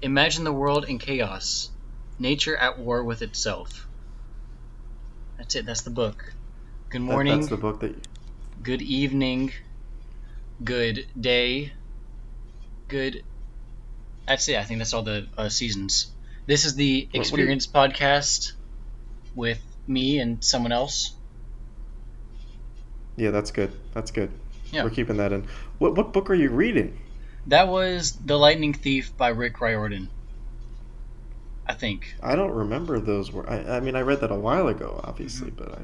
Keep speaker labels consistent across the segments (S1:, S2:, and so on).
S1: Imagine the world in chaos, nature at war with itself. That's it. That's the book. Good
S2: That-
S1: morning.
S2: that's the book that. You,
S1: good evening. Good day. Good. That's it. I think that's all the uh, seasons. This is the
S2: do you-
S1: Experience Podcast with me and someone else.
S2: yeah, that's good. That's good.
S1: Yeah.
S2: We're keeping that in. What what book are you reading?
S1: That was The Lightning Thief by Rick Riordan. I think.
S2: I don't remember those. Were I, I mean, I read that a while ago, obviously,
S1: Mm-hmm.
S2: but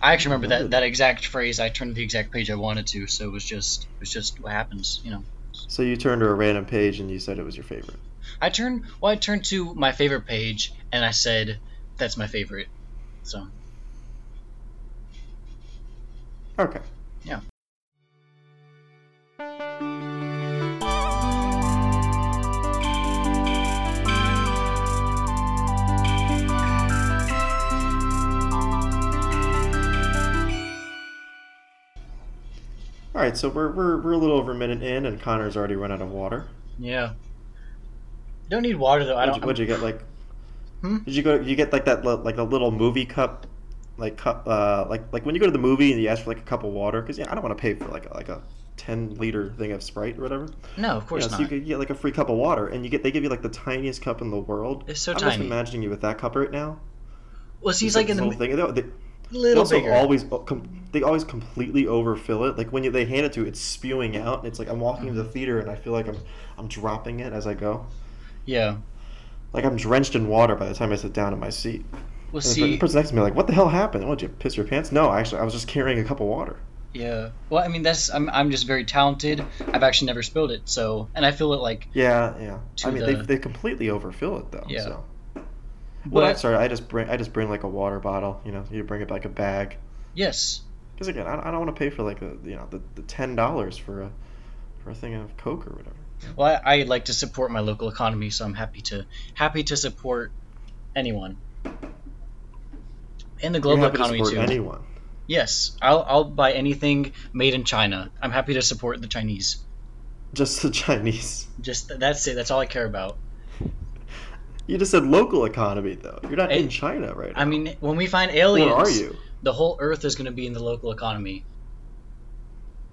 S2: I
S1: I actually remember that,
S2: Remember
S1: that exact phrase. I turned to the exact page I wanted to, so it was just it was just what happens, you know.
S2: so you turned to a random page and you said it was your favorite.
S1: I turned well, I turned to my favorite page and I said, "That's my favorite." So
S2: Okay.
S1: Yeah.
S2: All right, so we're, we're, we're a little over a minute in, and Connor's already run out of water.
S1: yeah, don't need water though. I
S2: What'd
S1: don't.
S2: you, what'd you get like?
S1: Hmm?
S2: Did you go? You get like that, li- like a little movie cup, like cup, uh, like like when you go to the movie and you ask for like a cup of water because yeah, I don't want to pay for like a, like a ten liter thing of Sprite or whatever.
S1: no, of course
S2: yeah, so you
S1: not.
S2: could get like a free cup of water, and you get they give you like the tiniest cup in the world.
S1: It's so
S2: I'm just
S1: tiny.
S2: imagining you with that cup right now.
S1: well, see, he's
S2: It's
S1: like in the
S2: this
S1: mi-
S2: little thing. They, they- they
S1: little
S2: also
S1: bigger.
S2: always uh, com- they always completely overfill it. Like when you, they hand it to, you, it's spewing out. And it's like I'm walking
S1: Mm-hmm.
S2: into the theater and I feel like I'm I'm dropping it as I go.
S1: yeah.
S2: Like I'm drenched in water by the time I sit down in my seat.
S1: Well,
S2: And the
S1: see,
S2: person next to me like, what the hell happened? Oh, did you piss your pants? No, actually, I was just carrying a cup of water.
S1: yeah. Well, I mean, that's I'm I'm just very talented. I've actually never spilled it, so and I feel it like.
S2: Yeah, yeah.
S1: To
S2: I mean,
S1: the-
S2: they, they completely overfill it though.
S1: Yeah.
S2: So. Well, I'm
S1: But
S2: sorry. I just bring I just bring like a water bottle. You know, you bring it like a bag.
S1: yes,
S2: Because again, I, I don't want to pay for like the you know the, the ten dollars for a for a thing of Coke or whatever.
S1: well, I, I like to support my local economy, so I'm happy to happy to support anyone. And the
S2: You're
S1: global
S2: happy to
S1: economy
S2: support
S1: too.
S2: anyone.
S1: Yes, I'll I'll buy anything made in China. I'm happy to support the Chinese.
S2: Just the Chinese.
S1: Just th- that's it. That's all I care about.
S2: You just said local economy though. You're not
S1: Hey,
S2: in China right now.
S1: I mean, when we find
S2: where
S1: aliens,
S2: are you?
S1: the whole Earth is going to be in the local economy.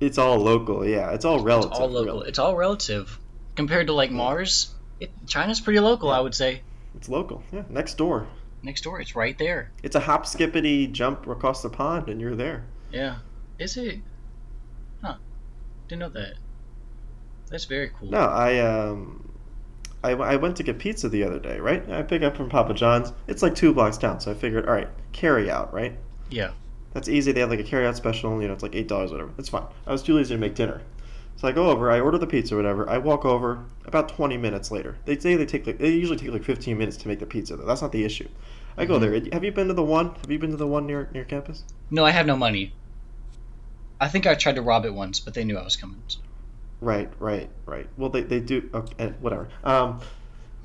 S2: It's all local. Yeah, it's all relative.
S1: It's all local.
S2: really.
S1: It's all relative compared to like Mars. It, China's pretty local, I would say.
S2: It's local. Yeah, next door.
S1: Next door, it's right there.
S2: It's a hop, skippity jump across the pond, and you're there.
S1: Yeah. Is it? Huh. Didn't know that. That's very cool.
S2: No, I um, I, I went to get pizza the other day, right? I pick up from Papa John's. It's like two blocks down, so I figured, all right, carry out, right?
S1: Yeah.
S2: That's easy. They have like a carry out special. You know, it's like eight dollars, whatever. That's fine. I was too lazy to make dinner, so I go over. I order the pizza, whatever. I walk over. About twenty minutes later, they say they take like they usually take like fifteen minutes to make the pizza. Though that's not the issue. I go there. Have you been to the one? Have you been to the one near near campus?
S1: No, I have no money. I think I tried to rob it once, but they knew I was coming.
S2: Right, right, right. Well, they, they do. Okay, whatever. Um,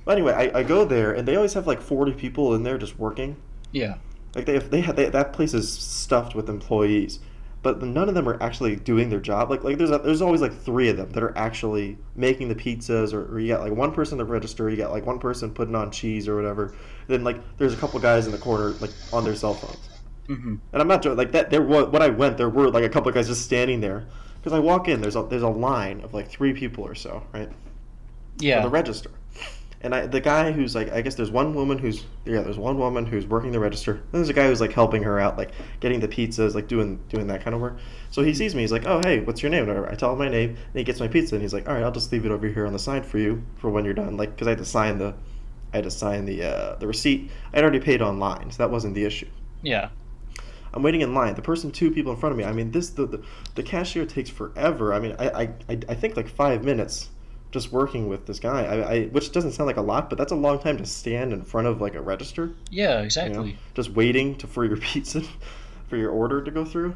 S2: but anyway, I, I go there and they always have like forty people in there just working.
S1: Yeah.
S2: Like they have, they, have, they that place is stuffed with employees, but none of them are actually doing their job. Like like there's a, there's always like three of them that are actually making the pizzas, or, or you got like one person at the register, you got like one person putting on cheese or whatever. Then like there's a couple guys in the corner like on their cell phones.
S1: Mm-hmm.
S2: And I'm not joking. Like that, there was when I went, there were like a couple of guys just standing there. Because I walk in, there's a there's a line of like three people or so, right?
S1: Yeah.
S2: For the register. And I, the guy who's like, I guess there's one woman who's yeah, there's one woman who's working the register. Then there's a guy who's like helping her out, like getting the pizzas, like doing doing that kind of work. So he sees me, he's like, oh hey, what's your name? And whatever. I tell him my name, and he gets my pizza, and he's like, all right, I'll just leave it over here on the side for you for when you're done, like because I had to sign the, I had to sign the uh, the receipt. I'd already paid online, so that wasn't the issue.
S1: yeah.
S2: I'm waiting in line. The person, two people in front of me. I mean, this the the, the cashier takes forever. I mean, I, I I- I think like five minutes just working with this guy. I, I which doesn't sound like a lot, but that's a long time to stand in front of like a register,
S1: Yeah,
S2: you know,
S1: exactly.
S2: just waiting to for your pizza, for your order to go through.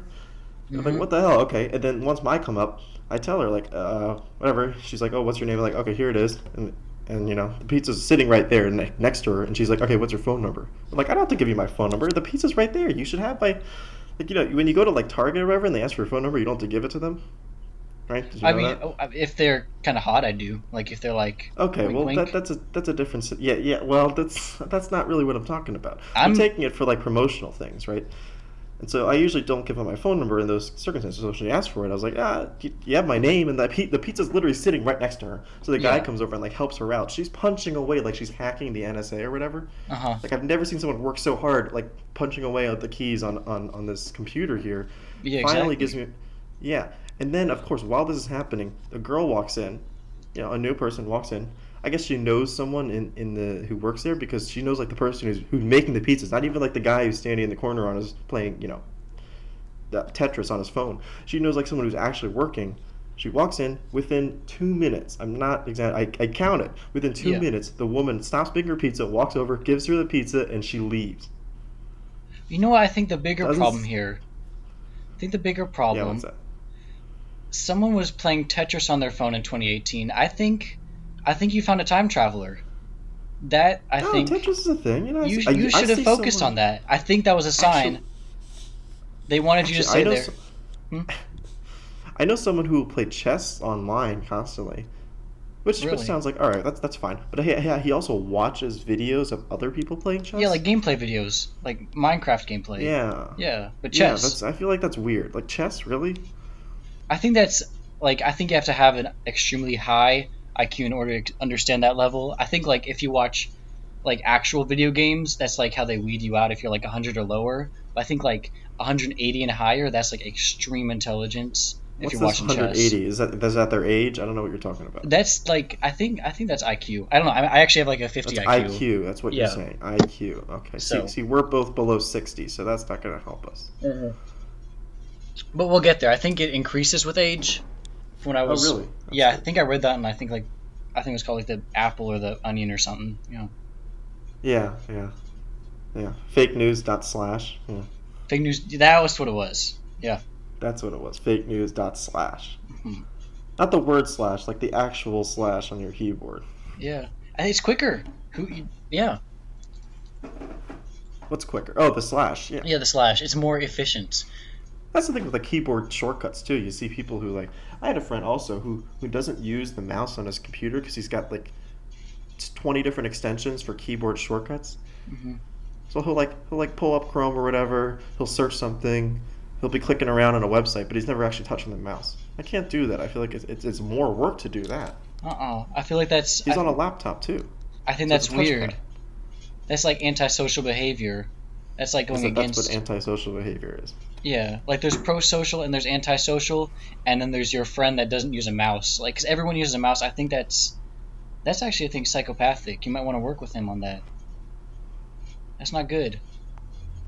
S2: I'm
S1: Mhm.
S2: like, what the hell? Okay. And then once my come up, I tell her like, uh, whatever. She's like, oh, what's your name? I'm like, okay, here it is. And and you know, the pizza's sitting right there ne- next to her, and she's like, okay, what's your phone number? I'm like, I don't have to give you my phone number. The pizza's right there. You should have my, like, you know, when you go to like Target or whatever, and they ask for your phone number, you don't have to give it to them. right? Did you
S1: I
S2: know
S1: mean,
S2: that?
S1: oh, if they're kind of hot, I do. Like if they're like,
S2: Okay,
S1: wink,
S2: well
S1: wink.
S2: that, that's a that's a different. si- Yeah, yeah. Well, that's that's not really what I'm talking about. I'm,
S1: I'm-
S2: taking it for like promotional things, right? And so I usually don't give out my phone number in those circumstances. So she asked for it. I was like, ah, you, you have my name, and that pi- the pizza's literally sitting right next to her. So the guy
S1: Yeah.
S2: comes over and like helps her out. She's punching away like she's hacking the NSA or whatever.
S1: uh huh,
S2: Like I've never seen someone work so hard, like punching away at the keys on on on this computer here
S1: yeah, exactly.
S2: finally gives me yeah and then of course while this is happening a girl walks in you know a new person walks in i guess she knows someone in, in the who works there because she knows like the person who's who's making the pizzas not even like the guy who's standing in the corner on his playing you know the tetris on his phone she knows like someone who's actually working she walks in within two minutes i'm not exact I, I count it within two
S1: Yeah.
S2: minutes the woman stops making her pizza walks over gives her the pizza and she leaves
S1: You know what? I think the bigger
S2: Doesn't-
S1: problem here. I think the bigger
S2: yeah
S1: problem.
S2: what's that
S1: someone was playing Tetris on their phone in 2018. I think, I think you found a time traveler. That I
S2: no,
S1: think
S2: Oh, tetris is a thing you know I
S1: you
S2: see- I- I
S1: you should have
S2: see
S1: focused
S2: someone-
S1: on that. I think that was a sign.
S2: Actually-
S1: they wanted you to
S2: Actually,
S1: stay
S2: I know
S1: there.
S2: so-
S1: Hmm?
S2: I know someone who played chess online constantly, which,
S1: Really?
S2: which sounds like all right. That's that's fine. But he, he- he also watches videos of other people playing chess.
S1: Yeah, like gameplay videos, like Minecraft gameplay.
S2: yeah,
S1: Yeah, but
S2: Yeah,
S1: chess.
S2: that's, I feel like that's weird. Like chess, really?
S1: I think that's like I think you have to have an extremely high IQ in order to understand that level. I think like if you watch like actual video games, that's like how they weed you out if you're like 100 or lower. But I think like 180 and higher, that's like extreme intelligence if
S2: What's
S1: you're
S2: this
S1: watching chess.
S2: 180? Is that is that their age? I don't know what you're talking about.
S1: That's like I think I think that's IQ. I don't know. I, I actually have like a 50
S2: That's
S1: IQ.
S2: IQ. That's what
S1: Yeah.
S2: you're saying. IQ. Okay.
S1: So-
S2: see, see, we're both below 60, so that's not going to help us.
S1: But we'll get there. I think it increases with age. When I
S2: Oh,
S1: was
S2: really? That's
S1: yeah, I
S2: good.
S1: think I read that, and I think like, I think it was called like the apple or the onion or something. You know,
S2: Yeah. Yeah. Yeah. Fake news dot slash. Yeah.
S1: fake news. That was what it was.
S2: That's what it was. Fake news dot slash.
S1: Mhm.
S2: Not the word slash, like the actual slash on your keyboard.
S1: Yeah, and it's quicker. Who? You, yeah,
S2: What's quicker? Oh, the slash. Yeah.
S1: yeah. The slash. It's more efficient.
S2: That's the thing with the keyboard shortcuts too. You see people who like. I had a friend also who who doesn't use the mouse on his computer because he's got like it's twenty different extensions for keyboard shortcuts. Mm-hmm.
S1: Mhm.
S2: So he'll like he'll like pull up Chrome or whatever. He'll search something. He'll be clicking around on a website, but he's never actually touching the mouse. I can't do that. I feel like it's it's, it's more work to do that.
S1: Uh uh I feel like that's.
S2: He's
S1: I,
S2: on a laptop too.
S1: I think
S2: so
S1: that's
S2: it's a touchpad.
S1: weird. That's like antisocial behavior. That's like going
S2: So
S1: against.
S2: That's what antisocial behavior is.
S1: yeah, like there's pro-social and there's antisocial, and then there's your friend that doesn't use a mouse. Like, 'cause everyone uses a mouse. I think that's. That's actually, I think, psychopathic. You might want to work with him on that. That's not good.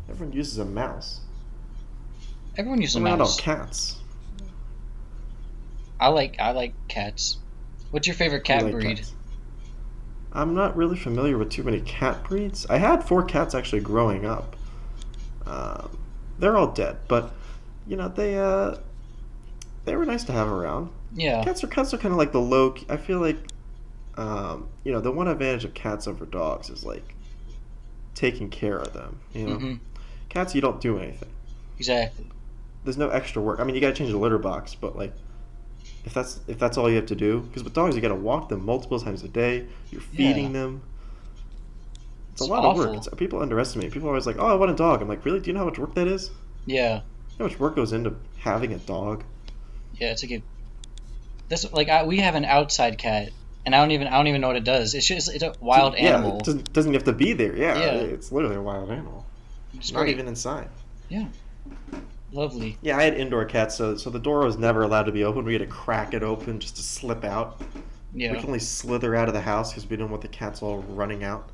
S2: Everyone uses a mouse.
S1: Everyone uses a
S2: We're not all
S1: mouse.
S2: cats.
S1: I like I like cats. What's your favorite
S2: We
S1: cat
S2: like
S1: breed?
S2: cats. I'm not really familiar with too many cat breeds. I had four cats actually growing up. Um, they're all dead, but you know they uh, they were nice to have around.
S1: Yeah.
S2: Cats are cats are kind of like the low. key- I feel like um, you know the one advantage of cats over dogs is like taking care of them. You know,
S1: hmm
S2: cats you don't do anything.
S1: Exactly.
S2: there's no extra work. I mean, you gotta change the litter box, but like, if that's if that's all you have to do, because with dogs you gotta walk them multiple times a day. You're feeding them.
S1: It's
S2: It's, a lot of
S1: awful.
S2: work. It's, people underestimate. People are always like, "Oh, I want a dog." I'm like, "Really? Do you know how much work that is? You
S1: Yeah.
S2: know how much work goes into having a dog?"
S1: Yeah. It's a good. This like I, we have an outside cat, and I don't even I don't even know what it does. It's just it's a wild
S2: yeah,
S1: animal.
S2: It doesn't, doesn't have to be there. Yeah,
S1: Yeah.
S2: it's literally a wild animal.
S1: It's
S2: Not
S1: great.
S2: even inside.
S1: Lovely.
S2: Yeah, I had indoor cats, so so the door was never allowed to be open. We had to crack it open just to slip out. We
S1: Yeah.
S2: can only slither out of the house because we don't want the cats all running out.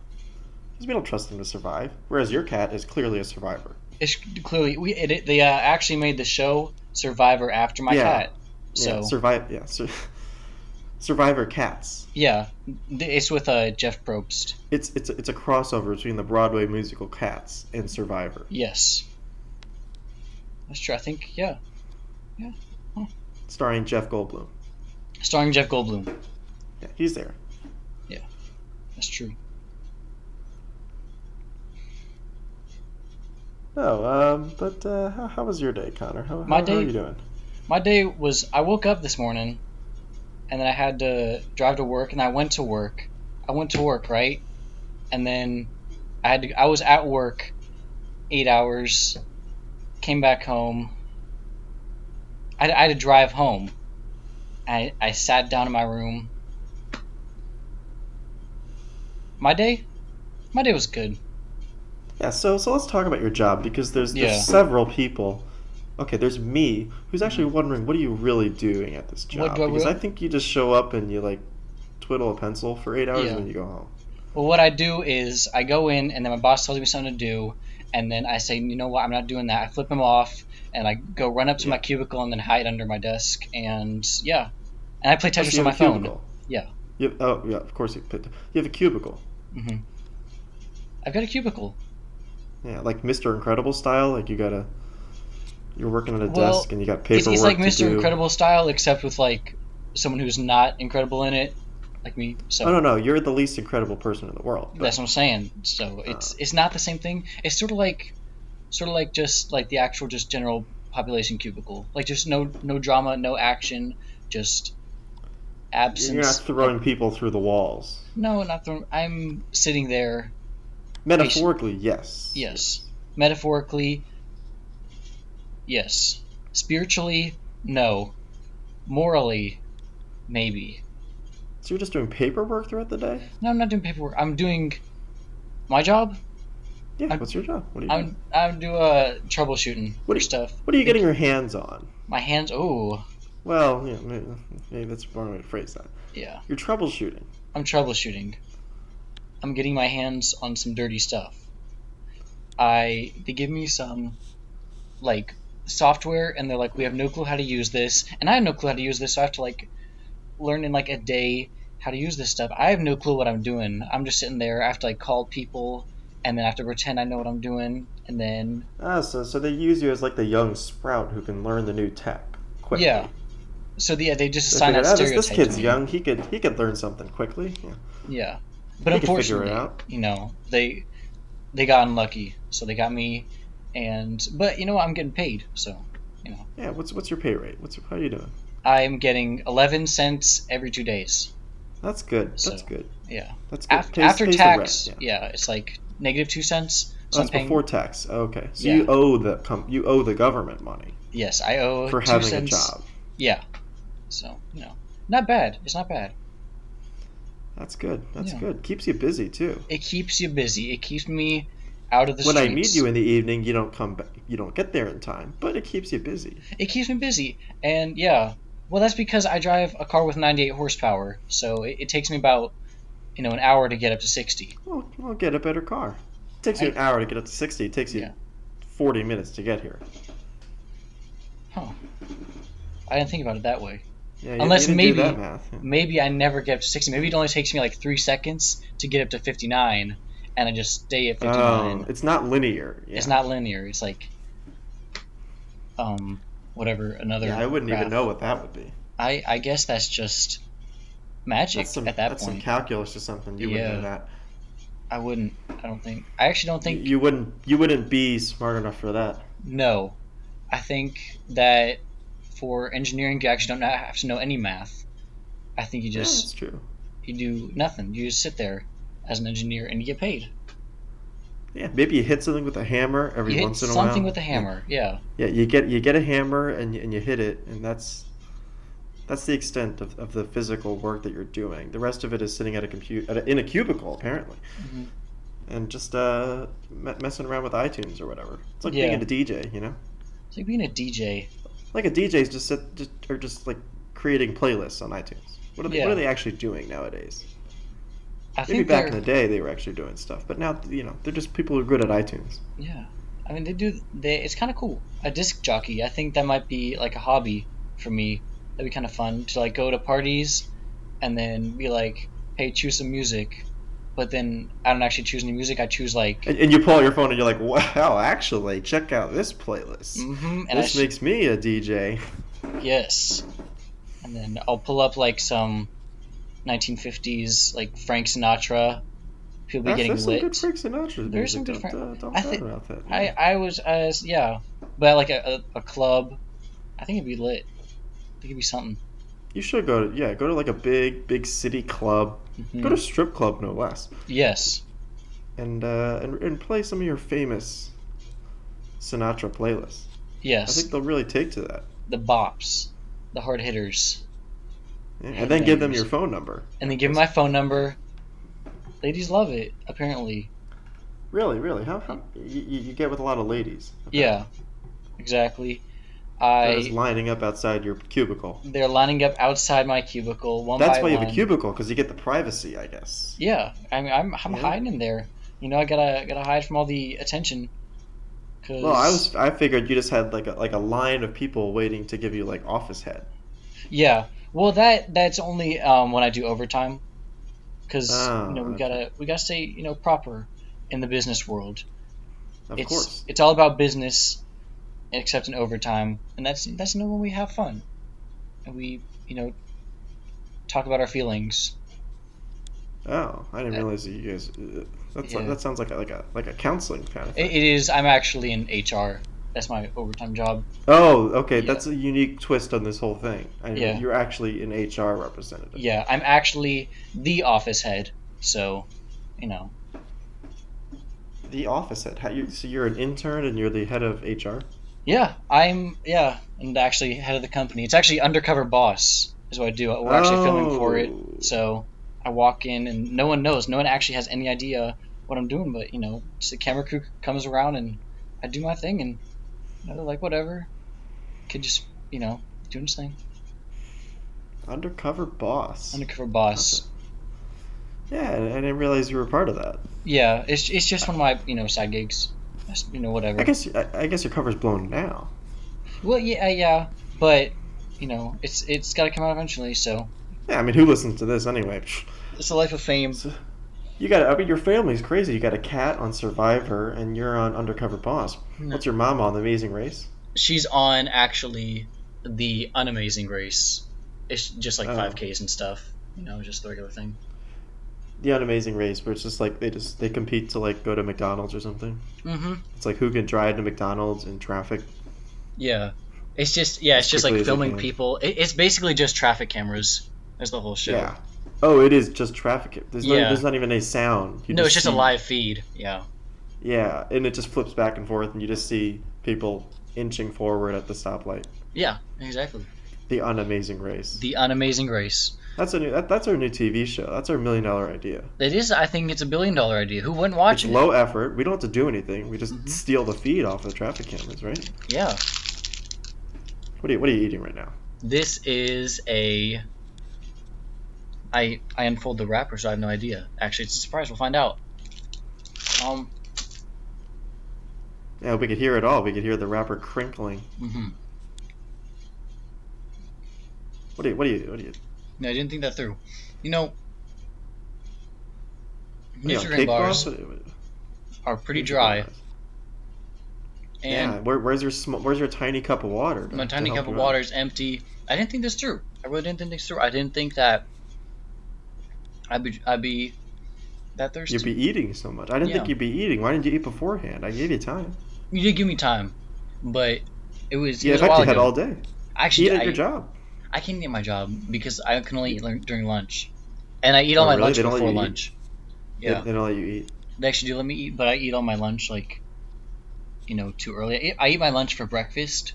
S2: Because we don't trust them to survive. Whereas your cat is clearly a survivor.
S1: It's clearly we it, it- they uh, actually made the show Survivor after my
S2: Yeah.
S1: cat. So
S2: yeah,
S1: yeah,
S2: survive. Yeah, sur- survivor cats.
S1: Th- it's with uh, Jeff Probst.
S2: It's it's it's a crossover between the Broadway musical Cats and Survivor.
S1: Yes. That's true. I think yeah.
S2: starring Jeff Goldblum.
S1: Starring Jeff Goldblum.
S2: Yeah, he's there.
S1: That's true.
S2: No, um, but uh, how, how was your day, Connor? How,
S1: My
S2: how, how are
S1: day-
S2: you doing?
S1: my day was I woke up this morning and then I had to drive to work and I went to work. I went to work, right? And then I had to, I was at work 8 hours came back home. I, I had to drive home. I I sat down in my room. My day my day was good.
S2: Yeah, so so let's talk about your job because there's, there's
S1: Yeah.
S2: several people. Okay, there's me who's actually wondering what are you really doing at this
S1: What
S2: job?
S1: do I
S2: because
S1: really-
S2: I think you just show up and you like twiddle a pencil for eight hours
S1: Yeah.
S2: and then you go home.
S1: Well, what I do is I go in, and then my boss tells me something to do, and then I say, you know what, I'm not doing that. I flip him off, and I go run up to my cubicle and then hide under my desk, and yeah, and I play
S2: Oh, so
S1: Tetris
S2: you
S1: on my
S2: have a
S1: phone.
S2: cubicle.
S1: Yeah.
S2: You have- oh yeah, of course you. put- You have a cubicle.
S1: hmm I've got a cubicle.
S2: Yeah, like Mr. Incredible style. Like you gotta. You're working at a
S1: Well,
S2: desk and you got
S1: It's,
S2: paperwork
S1: it's like
S2: to
S1: Mr.
S2: do.
S1: Incredible style, except with like someone who's not incredible in it, like me. So
S2: Oh no no, you're the least incredible person in the world. but-
S1: that's what I'm saying. So
S2: Uh.
S1: it's it's not the same thing. It's sort of like sort of like just like the actual just general population cubicle. Like just no no drama, no action, just absence.
S2: You're not throwing people through the walls.
S1: No, not throwing. I'm sitting there.
S2: Metaphorically, yes.
S1: Yes. Metaphorically, yes. Spiritually, no. Morally, maybe.
S2: So you're just doing paperwork throughout the day.
S1: No, I'm not doing paperwork. I'm doing my job.
S2: Yeah.
S1: I'm-
S2: what's your job? What are you doing?
S1: I'm I'm doing uh, troubleshooting
S2: What do you-
S1: stuff.
S2: What are you getting your hands on?
S1: My hands. Oh,
S2: Well, yeah, maybe, maybe that's the wrong way to phrase that.
S1: yeah.
S2: You're troubleshooting.
S1: I'm troubleshooting. I'm getting my hands on some dirty stuff. I they give me some like software and they're like we have no clue how to use this and I have no clue how to use this so I have to like learn in like a day how to use this stuff. I have no clue what I'm doing. I'm just sitting there I have to like call people and then I have to pretend I know what I'm doing and then
S2: Ah, so so they use you as like the young sprout who can learn the new tech quickly.
S1: yeah. So the, yeah, they just
S2: They
S1: assign
S2: figured,
S1: that
S2: "Ah, this,
S1: stereotype.
S2: this
S1: to
S2: kid's
S1: me.
S2: young. He could he could learn something quickly. Yeah.
S1: Yeah, but
S2: He could figure
S1: unfortunately,
S2: it out.
S1: you know they they got unlucky, so they got me. And but you know what? I'm getting paid, so
S2: Yeah. What's what's your pay rate? What's how you doing?
S1: I'm getting 11 cents every two days.
S2: That's good. That's
S1: So,
S2: good.
S1: yeah.
S2: That's good.
S1: After,
S2: Pays-
S1: after
S2: pays the rent,
S1: tax,
S2: yeah.
S1: yeah. it's like negative two cents. So
S2: That's
S1: I'm paying,
S2: before tax. Oh, okay. So
S1: Yeah.
S2: you owe the com- you owe the government money
S1: yes, I owe
S2: for
S1: two
S2: having
S1: cents.
S2: a job.
S1: Yeah, so you know, not bad. It's not bad.
S2: That's good. That's
S1: Yeah.
S2: good. Keeps you busy too.
S1: It keeps you busy. It keeps me out of the
S2: when I
S1: streets.
S2: meet you in the evening, you don't come back. You don't get there in time, but it keeps you busy.
S1: it keeps me busy and yeah well that's because i drive a car with 98 horsepower so it, it takes me about you know an hour to get up to 60
S2: Well, I'll get a better car. It takes you
S1: I-
S2: an hour to get up to 60. It takes you
S1: Yeah.
S2: 40 minutes to get here.
S1: i didn't think about it that way
S2: Yeah, you,
S1: Unless
S2: you didn't do
S1: maybe-
S2: that math. yeah.
S1: maybe i never get up to 60 maybe it only takes me like three seconds to get up to 59 and i just stay at 59
S2: Oh, it's not linear. Yeah.
S1: it's not linear it's like um whatever another
S2: Yeah, I wouldn't
S1: graph.
S2: even know what that would be.
S1: i i guess that's just magic
S2: That's some,
S1: at that
S2: that's some
S1: point
S2: calculus or something. You wouldn't
S1: Yeah.
S2: know that.
S1: i wouldn't i don't think i actually don't think
S2: you, you wouldn't. You wouldn't be smart enough for that.
S1: No, I think that for engineering, you actually don't have to know any math. I think you
S2: Yeah,
S1: just
S2: that's true.
S1: you do nothing. You just sit there as an engineer and you get paid.
S2: Yeah, maybe you hit something with a hammer every
S1: You hit
S2: once in a while.
S1: something with a
S2: Yeah.
S1: hammer. Yeah.
S2: Yeah, you get you get a hammer and you, and you hit it, and that's that's the extent of, of the physical work that you're doing. The rest of it is sitting at a compute at a, in a cubicle apparently,
S1: Mhm.
S2: and just uh, me- messing around with iTunes or whatever. It's like
S1: Yeah.
S2: being a DJ, you know.
S1: It's like being a DJ.
S2: Like a DJ is just sit just or just like creating playlists on iTunes. What are they,
S1: Yeah.
S2: what are they actually doing nowadays?
S1: I
S2: Maybe
S1: think
S2: back in
S1: they're-
S2: the day they were actually doing stuff, but now you know they're just people who are good at iTunes.
S1: yeah. I mean, they do. They it's kind of cool. A disc jockey. I think that might be like a hobby for me. That'd be kind of fun to like go to parties, and then be like, "Hey, choose some music," but then I don't actually choose any music. I choose like.
S2: And, and you pull out your phone and you're like, wow, actually, check out this playlist.
S1: hmm and I
S2: Mm-hmm. This
S1: sh-
S2: makes me a DJ.
S1: Yes. And then I'll pull up like some 1950s, like Frank Sinatra. People be
S2: That's-
S1: getting
S2: there's some good
S1: lit.
S2: Frank Sinatra
S1: There's some
S2: music.
S1: good
S2: don't, uh, don't
S1: I
S2: doubt
S1: think-
S2: about that.
S1: I I was uh yeah, but like a, a, a club, I think it'd be lit. There could be something.
S2: You should go to yeah, go to like a big big city club.
S1: Mhm.
S2: Go to strip club no less,
S1: Yes.
S2: and uh, and and play some of your famous Sinatra playlists. I
S1: Yes.
S2: think they'll really take to that.
S1: the bops, the hard hitters,
S2: Yeah. And then give them
S1: Headbangers.
S2: your phone number.
S1: and then give 'em my phone number. Ladies love it, apparently.
S2: Really, really, how, how you, you you get with a lot of ladies.
S1: Yeah, exactly.
S2: They're just
S1: I
S2: lining up outside your cubicle.
S1: they're lining up outside my cubicle one
S2: That's
S1: by
S2: why you
S1: one.
S2: have a cubicle because you get the privacy, I guess.
S1: Yeah, I mean, I'm I'm
S2: Yeah.
S1: hiding in there. You know, I gotta gotta hide from all the attention. Cause
S2: Well, I was I figured you just had like a like a line of people waiting to give you like office head.
S1: yeah. Well, that that's only um, when I do overtime, because
S2: Oh,
S1: you know we
S2: okay.
S1: gotta we gotta stay you know proper in the business world.
S2: Of
S1: it's
S2: course.
S1: it's all about business, except in overtime, and that's that's you know, when we have fun, and we you know talk about our feelings.
S2: Oh, I didn't realize that you guys. uh, That's
S1: Yeah.
S2: that sounds like a, like a like a counseling kind of
S1: It,
S2: thing.
S1: it is I'm actually in HR. That's my overtime job.
S2: oh, okay.
S1: Yeah.
S2: That's a unique twist on this whole thing. I
S1: Yeah.
S2: You're actually an HR representative.
S1: Yeah, I'm actually the office head. So, you know,
S2: The office head. How you, so you're an intern and you're the head of HR.
S1: yeah, I'm yeah, and actually head of the company. It's actually undercover boss is what I do. We're actually filming for it.
S2: Oh.
S1: So I walk in and no one knows. No one actually has any idea what I'm doing. But you know, just the camera crew comes around and I do my thing, and you know, they're like, whatever. Kid just you know doing his thing.
S2: Undercover boss.
S1: Undercover boss.
S2: yeah, I I didn't realize you were part of that.
S1: Yeah, it's it's just one of my you know side gigs. That's, you know whatever.
S2: I guess I, I guess your cover's blown now.
S1: Well, yeah, yeah, but you know it's it's got to come out eventually. So
S2: Yeah, I mean, who listens to this anyway?
S1: it's a life of fame.
S2: You got. I mean, your family's crazy. You got a cat on Survivor, and you're on Undercover Boss.
S1: No.
S2: What's your mom on The Amazing Race?
S1: She's on actually the unamazing race. It's just like
S2: Oh.
S1: five Ks and stuff. You know, just the regular thing.
S2: The Unamazing Race, where it's just like they just they compete to like go to McDonald's or something.
S1: Mm-hmm.
S2: It's like who can drive to McDonald's in traffic.
S1: Yeah, it's just yeah, it's
S2: As
S1: just
S2: quickly
S1: like
S2: as they
S1: filming
S2: can.
S1: people. It, it's basically just traffic cameras. That's the whole show.
S2: Yeah. Oh, it is just traffic. There's no,
S1: Yeah.
S2: there's not even a sound. You
S1: no, it's just a
S2: see-
S1: live feed. Yeah.
S2: Yeah, and it just flips back and forth, and you just see people inching forward at the stoplight.
S1: Yeah. Exactly.
S2: The Unamazing Race.
S1: The unamazing race.
S2: That's a new. That, that's our new TV show. That's our million dollar idea.
S1: It is. I think it's a billion dollar idea. Who wouldn't watch
S2: It's
S1: it?
S2: low effort. We don't have to do anything. We just
S1: Mhm.
S2: steal the feed off the traffic cameras, right?
S1: Yeah.
S2: What are you What are you eating right now?
S1: This is a. I I unfold the wrapper, so I have no idea. Actually, it's a surprise. We'll find out. Um.
S2: Yeah, we could hear it all. We could hear the wrapper crinkling.
S1: mhm.
S2: What are you What are you What are you?
S1: No, I didn't think that through. You know.
S2: you on,
S1: Nutrigrain
S2: cake
S1: bars
S2: What- what-
S1: are pretty
S2: Nutrigrain
S1: dry,
S2: bars?
S1: and
S2: yeah. Where, where's your sm- Where's your tiny cup of water? to-
S1: my
S2: to
S1: tiny
S2: help
S1: cup of
S2: you out?
S1: water is empty. I didn't think this through. I really didn't think this through. I didn't think that I'd be I'd be that thirsty.
S2: You'd be eating so much. I didn't think
S1: Yeah.
S2: you'd be eating. Why didn't you eat beforehand? I gave you time.
S1: you did give me time, but it was
S2: You
S1: it was a while
S2: effectively had
S1: ago.
S2: all day.
S1: Actually,
S2: Eat at
S1: I,
S2: your job.
S1: I can't eat at my job because I can only eat lun- during lunch, and I eat all
S2: Oh,
S1: my
S2: really?
S1: lunch
S2: They don't let
S1: before
S2: you eat?
S1: lunch.
S2: They-
S1: Yeah,
S2: They, don't let you eat.
S1: they actually do let me eat, but I eat all my lunch like, you know, too early. I eat, I eat my lunch for breakfast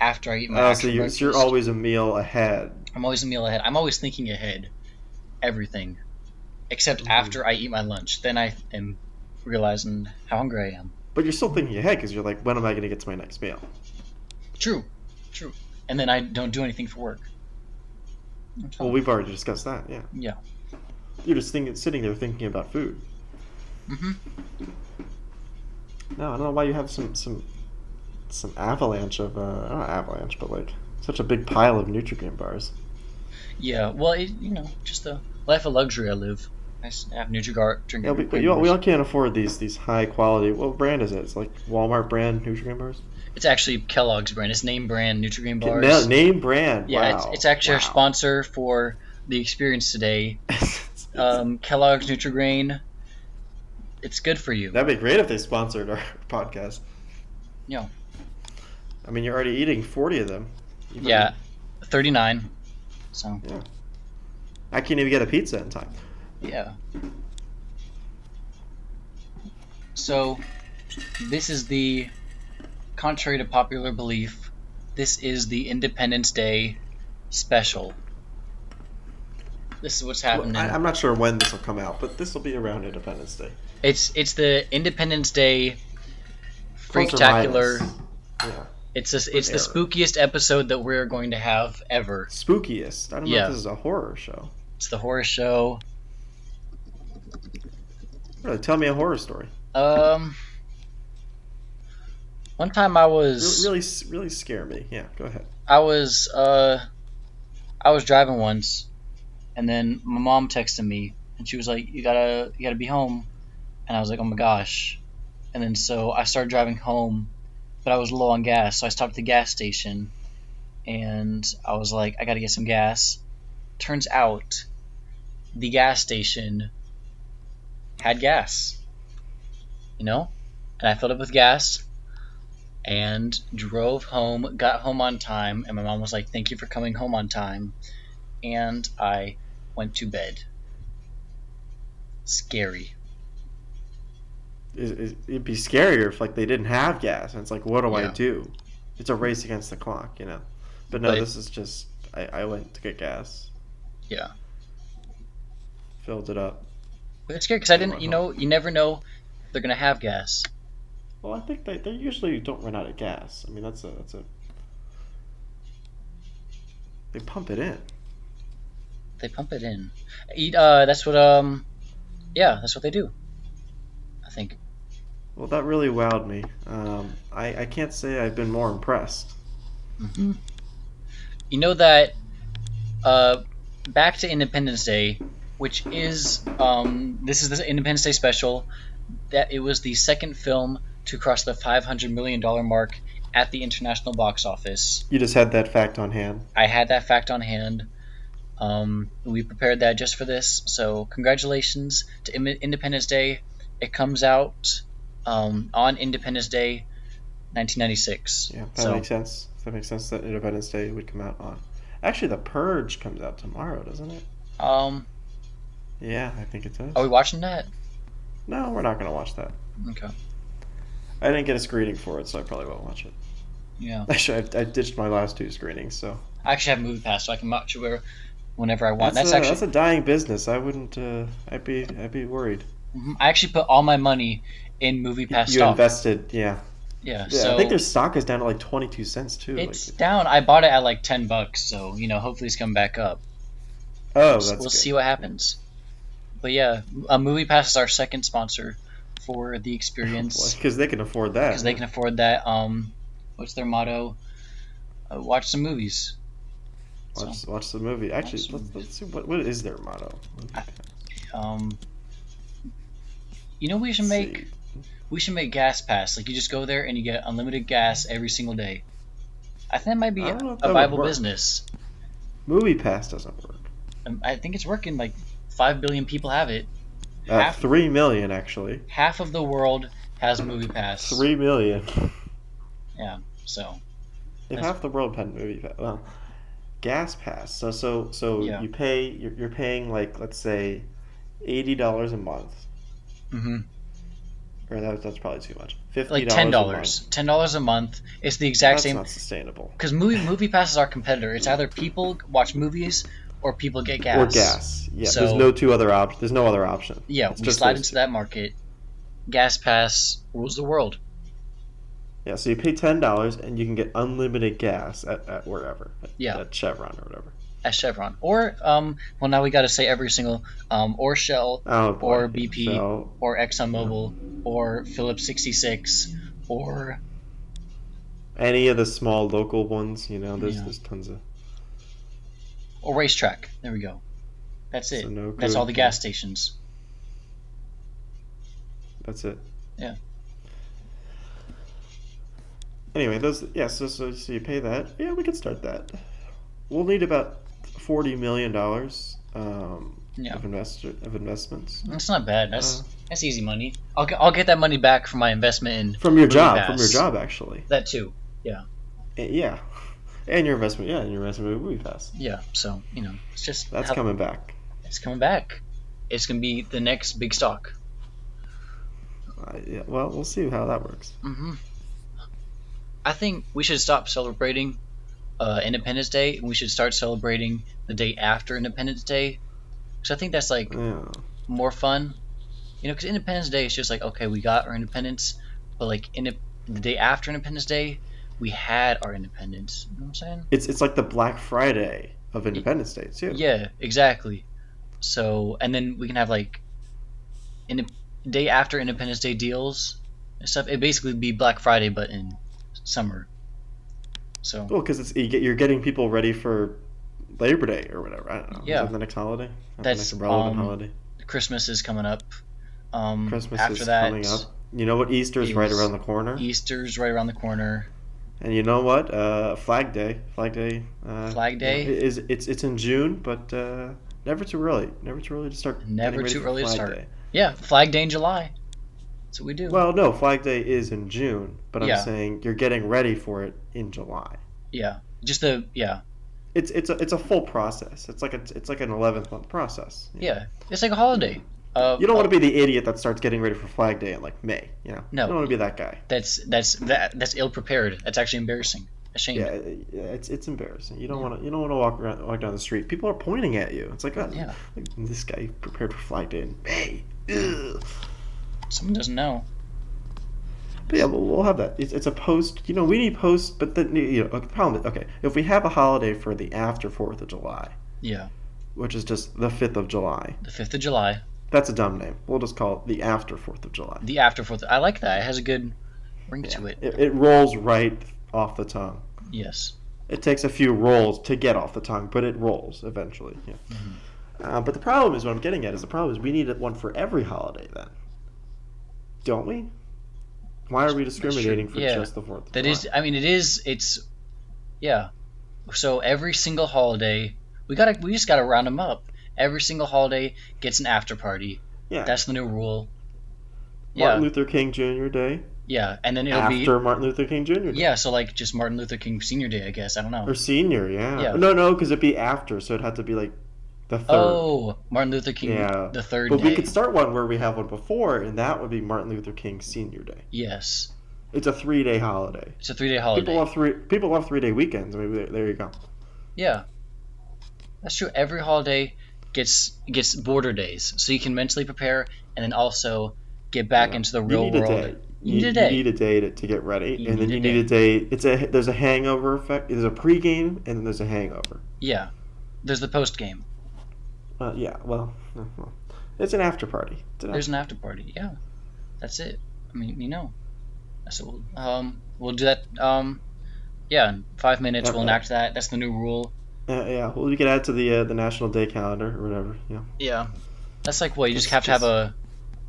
S1: after I eat my
S2: Oh,
S1: actual
S2: so you're,
S1: breakfast.
S2: so you're always a meal ahead.
S1: I'm always a meal ahead. I'm always thinking ahead, everything, except
S2: Mhm.
S1: after I eat my lunch. Then I am realizing how hungry I am.
S2: But you're still thinking ahead because you're like, when am I going to get to my next meal?
S1: True, true. And then I don't do anything for work. That's
S2: Well,
S1: fine.
S2: we've already discussed that. Yeah.
S1: Yeah.
S2: You're just thinking, sitting there thinking about food.
S1: Mhm.
S2: No, I don't know why you have some some some avalanche of uh, not avalanche, but like such a big pile of Nutrigrain bars.
S1: Yeah, well, it, you know, just the life of luxury I live. I s- have NutriGuard drinking.
S2: Yeah, we, we, all, we all can't afford these these high quality. What brand is it? It's like Walmart brand Nutrigrain bars.
S1: It's actually Kellogg's brand. It's name brand NutriGreen
S2: Na-
S1: bars.
S2: name brand.
S1: yeah,
S2: wow.
S1: it's, it's actually our
S2: wow.
S1: sponsor for the experience today.
S2: It's- it's-
S1: Um, Kellogg's NutriGrain. It's good for you.
S2: That'd be great if they sponsored our podcast.
S1: Yeah.
S2: I mean, you're already eating forty of them. You've
S1: Yeah.
S2: already-
S1: thirty nine. So
S2: Yeah. I can't even get a pizza in time.
S1: yeah. So this is the contrary to popular belief, this is the Independence Day special. This is what's happening.
S2: I, I'm not sure when this will come out, but this will be around Independence Day.
S1: It's it's the Independence Day
S2: Close or
S1: freaktacular.
S2: minus. Yeah.
S1: It's this, it's the
S2: error.
S1: spookiest episode that we're going to have ever.
S2: Spookiest. I don't know
S1: Yeah.
S2: if this is a horror show.
S1: It's the horror show.
S2: Really, tell me a horror story.
S1: Um, one time I was
S2: Really, really, s- really scare me. Yeah, go ahead.
S1: I was uh, I was driving once, and then my mom texted me, and she was like, "You gotta you gotta be home," and I was like, "Oh my gosh," and then so I started driving home, but I was low on gas, so I stopped at the gas station, and I was like, "I gotta get some gas." Turns out, the gas station had gas, you know, and I filled up with gas and drove home, got home on time, and my mom was like, Thank you for coming home on time. And I went to bed. Scary.
S2: Is- is- It'd be scarier if like they didn't have gas, and it's like, what do I
S1: Yeah.
S2: do? It's a race against the clock, you know. But no,
S1: But-
S2: this is just I, I went to get gas,
S1: Yeah.
S2: filled it up.
S1: But it's scary because I didn't, you know, you never know they're going to have gas.
S2: Well, I think they, they usually don't run out of gas. I mean, that's a that's a they pump it in.
S1: They pump it in. Eat, uh, that's what, um, yeah, that's what they do. I think.
S2: Well, that really wowed me. Um, I I can't say I've been more impressed.
S1: hmm You know that uh, back to Independence Day, which is um, this is the Independence Day special. That it was the second film to cross the 500 million dollar mark at the international box office.
S2: You just had that fact on hand.
S1: I had that fact on hand. Um, we prepared that just for this, so congratulations to Im- Independence Day. It comes out um, on Independence Day, 1996.
S2: Yeah, that
S1: so
S2: makes sense. That makes sense that Independence Day would come out on. Actually, The Purge comes out tomorrow, doesn't it?
S1: um,
S2: Yeah, I think it does.
S1: are we watching that?
S2: No, we're not gonna watch that.
S1: Okay.
S2: I didn't get a screening for it, so I probably won't watch it.
S1: Yeah.
S2: Actually, I, I ditched my last two screenings, so
S1: I actually have movie pass, so I can watch it where, whenever I want. That's,
S2: that's, a,
S1: actually.
S2: that's a dying business. I wouldn't. Uh, I'd be. I'd be worried.
S1: Mhm. I actually put all my money in movie pass
S2: you
S1: stock.
S2: invested, yeah.
S1: yeah,
S2: yeah
S1: So
S2: I think their stock is down to like twenty two cents too. like-
S1: it's down. I bought it at like ten bucks, so you know, hopefully it's coming back up.
S2: oh, that's
S1: So we'll
S2: good.
S1: see what happens. But yeah, uh, movie pass is our second sponsor for the experience
S2: because they can afford that.
S1: because they can afford that. Um, what's their motto? Uh, watch some movies.
S2: watch, watch the movie. Actually,
S1: Watch the
S2: let's,
S1: movie.
S2: let's see what, what is their motto.
S1: Um, you know, what we should
S2: Let's
S1: make
S2: see.
S1: We should make gas pass. Like you just go there and you get unlimited gas every single day. I think that might be
S2: I
S1: a
S2: don't know if that would
S1: viable
S2: work.
S1: business.
S2: movie pass doesn't work.
S1: Um, I think it's working. Like five billion people have it.
S2: Uh,
S1: Half-
S2: Three million actually.
S1: Half of the world has movie pass.
S2: Three million.
S1: So
S2: If
S1: That's-
S2: half the world had movie pass, well, gas pass. So so so
S1: Yeah.
S2: you pay. You're, you're paying like let's say eighty dollars a month,
S1: hmm
S2: or that, that's probably too much. Fifty
S1: like
S2: dollars.
S1: ten
S2: a month.
S1: dollars, ten dollars a month. It's the exact
S2: That's
S1: same
S2: not sustainable.
S1: because movie movie pass is our competitor. It's either people watch movies or people get gas.
S2: Or gas. Yeah. there's
S1: So-
S2: no two other options. There's no other option.
S1: Yeah,
S2: It's
S1: we
S2: just
S1: slide
S2: those
S1: into
S2: two.
S1: that market. Gas pass rules the world.
S2: Yeah. So you pay ten dollars and you can get unlimited gas at, at wherever. At,
S1: Yeah.
S2: At Chevron or whatever.
S1: at Chevron. Or um, well, now we got to say every single um, or Shell
S2: Oh. boy.
S1: Or BP.
S2: So,
S1: or ExxonMobil or Phillips 66 or
S2: any of the small local ones, you know, there's
S1: Yeah.
S2: there's tons of.
S1: or racetrack. There we go. That's it.
S2: Sunoco.
S1: That's all the gas stations.
S2: That's it.
S1: Yeah.
S2: Anyway, those yeah, so, so so you pay that. Yeah, we could start that. We'll need about forty million dollars um,
S1: Yeah,
S2: of investor of investments
S1: that's not bad. That's
S2: Uh.
S1: that's easy money. I'll get, I'll get that money back from my investment in
S2: from your
S1: Really
S2: job, from
S1: fast.
S2: your job actually.
S1: that too.
S2: Eh, Yeah, And your investment, yeah, and your investment will be fast.
S1: Yeah, so you know, it's just
S2: That's
S1: how-
S2: coming back.
S1: It's coming back. It's gonna be the next big stock.
S2: Uh, yeah, well, we'll see how that works.
S1: hmm I think we should stop celebrating uh, Independence Day and we should start celebrating the day after Independence Day, because I think that's like
S2: Yeah.
S1: more fun. You know, because Independence Day is just like okay, we got our independence, but like in the day after Independence Day, we had our independence. You know what I'm saying?
S2: It's it's like the Black Friday of Independence Day too.
S1: Yeah, exactly. So, and then we can have like in day after Independence Day deals and stuff. It basically be Black Friday, but in summer. So
S2: Well, because it's you get, you're getting people ready for Labor Day or whatever. I don't know. Is
S1: Yeah.
S2: that the next holiday. Not
S1: That's,
S2: the next relevant
S1: um,
S2: holiday.
S1: Christmas is coming up. Um,
S2: Christmas
S1: after
S2: is
S1: that,
S2: coming up. You know what? Easter's right
S1: Easter-
S2: around the corner.
S1: e Easter's right around the corner.
S2: And you know what? Uh, Flag Day. Flag Day. Uh,
S1: Flag
S2: you know,
S1: Day?
S2: it is it's it's in June, but uh, never too early. Never too early to start. getting
S1: Never
S2: ready
S1: too
S2: for
S1: early to
S2: Flag
S1: start.
S2: Day.
S1: Yeah, Flag Day in July. That's what we do.
S2: Well, no, Flag Day is in June, but I'm
S1: Yeah.
S2: saying you're getting ready for it in July.
S1: yeah, just the yeah,
S2: It's it's a it's a full process. It's like a, it's like an 11th month process. you know?
S1: yeah. It's like a holiday. Uh,
S2: You don't want to be the idiot that starts getting ready for Flag Day in like May. You know,
S1: No.
S2: you don't want to be that guy.
S1: That's that's that that's ill prepared. That's actually embarrassing. A shame.
S2: Yeah, it- yeah, it's it's embarrassing. You don't want to you don't want to walk around walk down the street. People are pointing at you. It's like, oh,
S1: Yeah.
S2: look, this guy prepared for Flag Day in May. Ugh.
S1: Someone doesn't know.
S2: But yeah, we'll, we'll have that. It's, it's a post. You know, we need posts, but then you know, the problem is okay. If we have a holiday for the after Fourth of July,
S1: Yeah,
S2: which is just the fifth of July,
S1: the fifth of July,
S2: that's a dumb name. We'll just call it the after Fourth of July.
S1: the after fourth. I like that. It has a good ring to it.
S2: It, it rolls right off the tongue.
S1: Yes.
S2: It takes a few rolls to get off the tongue, but it rolls eventually. Yeah.
S1: Mm-hmm.
S2: Uh, but the problem is what I'm getting at is the problem is we need one for every holiday then, don't we? Why are we discriminating for
S1: Yeah.
S2: just the Fourth? of
S1: that
S2: July?
S1: is. I mean, it is. It's. Yeah. So every single holiday, we gotta. We just gotta round them up. Every single holiday gets an after party.
S2: Yeah.
S1: That's the new rule. Yeah.
S2: Martin Luther King Jr. Day
S1: yeah, and then it'll
S2: after Martin Luther King Jr. Day.
S1: be. Yeah. So like just Martin Luther King Senior Day, I guess. I don't know.
S2: Or senior, yeah.
S1: Yeah.
S2: No, no, because it'd be after, so it'd have to be like the third.
S1: Oh, Martin Luther King
S2: Yeah.
S1: the third
S2: but
S1: day.
S2: we could start one where we have one before, and that would be Martin Luther King Senior Day.
S1: yes,
S2: It's a three-day holiday.
S1: it's a three day holiday.
S2: People love three. People love three-day weekends. Maybe there, there you go.
S1: Yeah, that's true. Every holiday gets gets border days, so you can mentally prepare and then also get back
S2: Yeah.
S1: into the
S2: You
S1: real
S2: need a
S1: world.
S2: day.
S1: You need a day.
S2: You need a day to, to get ready,
S1: You
S2: and then
S1: need
S2: you
S1: a
S2: need a day. It's a there's a hangover effect. There's a pregame, and then there's a hangover.
S1: Yeah, there's the post game.
S2: Uh, yeah, well, uh, well, it's an after party. It's an
S1: There's an after party. Yeah, that's it. I mean, you know, that's what we'll, um, we'll do that. Um, yeah, in five minutes we'll
S2: Okay.
S1: enact that. That's the new rule.
S2: Uh, yeah, well, we could add to the uh, the national day calendar or whatever. Yeah,
S1: Yeah, that's like what you just
S2: It's
S1: have to have a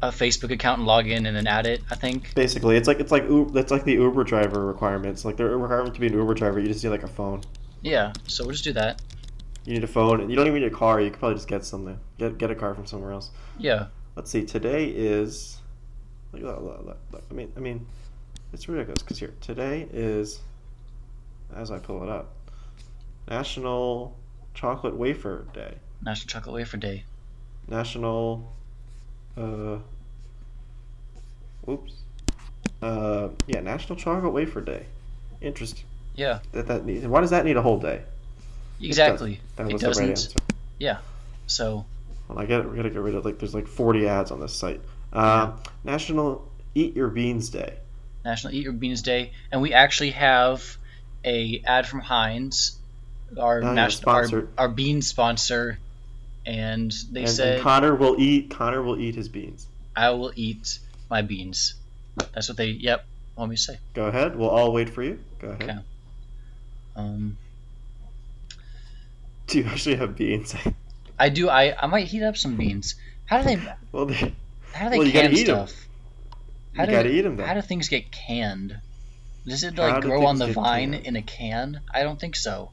S1: a Facebook account and log in and then add it. I think.
S2: basically, it's like it's like Uber, it's like the Uber driver requirements. Like the requirement to be an Uber driver, you just need like a phone.
S1: Yeah, so we'll just do that.
S2: You need a phone, and you don't even need a car. You could probably just get something. Get get a car from somewhere else.
S1: Yeah,
S2: Let's see. Today is. Look, look, look, look, look. I mean, I mean, it's ridiculous because here today is, as I pull it up, National Chocolate Wafer Day.
S1: National Chocolate Wafer Day.
S2: National. Uh, oops. Uh, yeah, National Chocolate Wafer Day. Interesting.
S1: Yeah.
S2: That that need, why does that need a whole day?
S1: Exactly.
S2: That
S1: It
S2: was the right
S1: doesn't.
S2: answer.
S1: So
S2: Well, I gotta, we gotta get rid of like there's like 40 ads on this site. Uh, National Eat Your Beans Day.
S1: National Eat Your Beans Day, and we actually have a ad from Heinz, our
S2: Oh, yeah,
S1: national our,
S2: sponsor.
S1: our bean sponsor, and they
S2: And,
S1: said,
S2: and Connor will eat. Connor will eat his beans.
S1: "I will eat my beans." That's what they. Yep. Want me to say?
S2: Go ahead. We'll all wait for you. Go ahead.
S1: Okay. Um,
S2: Do you actually have beans?
S1: I do. I I might heat up some beans. How do they?
S2: well, they, you
S1: How do they
S2: Well, you gotta
S1: can
S2: eat 'em.
S1: stuff? How do-
S2: gotta eat them. Though.
S1: How do things get canned? Does it
S2: How
S1: like
S2: do
S1: grow on
S2: things
S1: the
S2: get
S1: vine
S2: canned?
S1: in a can? I don't think so.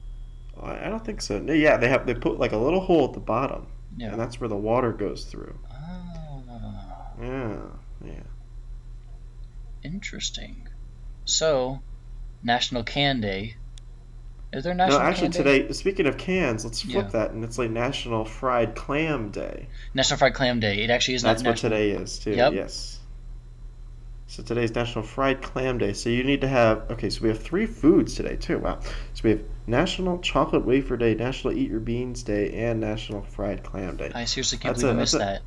S2: I I don't think so. No, yeah, they have they put like a little hole at the bottom,
S1: Yeah.
S2: and that's where the water goes through.
S1: Ah.
S2: Yeah.
S1: Interesting. So, National Can Day, Is there
S2: No,
S1: national
S2: actually,
S1: Clam Day?
S2: today, speaking of cans, let's flip
S1: Yeah.
S2: that, and it's like National Fried Clam Day.
S1: National Fried Clam Day. It actually is
S2: That's
S1: not
S2: what
S1: national.
S2: today is, too.
S1: Yep.
S2: Yes. So today's National Fried Clam Day. So you need to have, okay, so we have three foods today, too. Wow. So we have National Chocolate Wafer Day, National Eat Your Beans Day, and National Fried Clam Day.
S1: I seriously can't
S2: That's
S1: believe
S2: a-
S1: I missed
S2: that's
S1: that.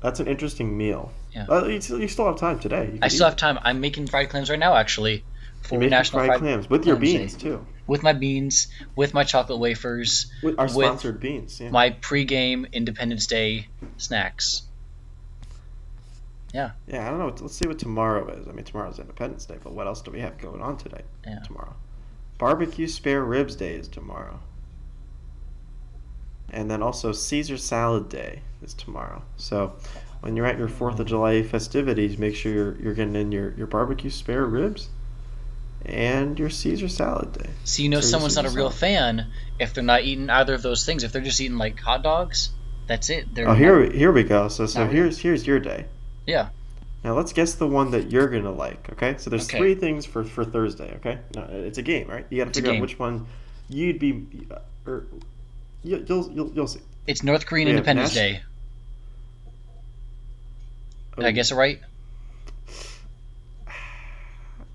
S2: That's an interesting meal.
S1: Yeah.
S2: Uh, you, still- you still have time today. You
S1: I
S2: can
S1: still
S2: eat
S1: have time. I'm making fried clams right now, actually, for
S2: You're making
S1: National
S2: fried,
S1: Fried,
S2: clams with your
S1: Clams eh? Day.
S2: beans too.
S1: with my beans, with my chocolate wafers,
S2: With our
S1: With
S2: sponsored beans. Yeah.
S1: my pre-game Independence Day snacks.
S2: yeah, I don't know. Let's- Let's see what tomorrow is. I mean, tomorrow's Independence Day, but what else do we have going on today?
S1: Yeah.
S2: Tomorrow, barbecue spare ribs day is tomorrow, and then also Caesar salad day is tomorrow. So, when you're at your Fourth of July festivities, make sure you're, you're getting in your, your barbecue spare ribs, and your Caesar salad day.
S1: So you know
S2: So you're
S1: someone's not a
S2: super
S1: real
S2: solid.
S1: fan if they're not eating either of those things. If they're just eating like hot dogs, that's it. They're
S2: Oh, here we, here we go. So so
S1: Now we-
S2: here's here's your day.
S1: Yeah.
S2: Now let's guess the one that you're gonna like. Okay. So there's
S1: Okay.
S2: three things for for Thursday. Okay. No, it's a game, right? You gotta
S1: It's a
S2: figure out
S1: game.
S2: which one you'd be, or you, you'll you'll you'll see.
S1: it's North Korean
S2: we have
S1: Independence
S2: nas-
S1: Day.
S2: oh,
S1: Did I guess it right?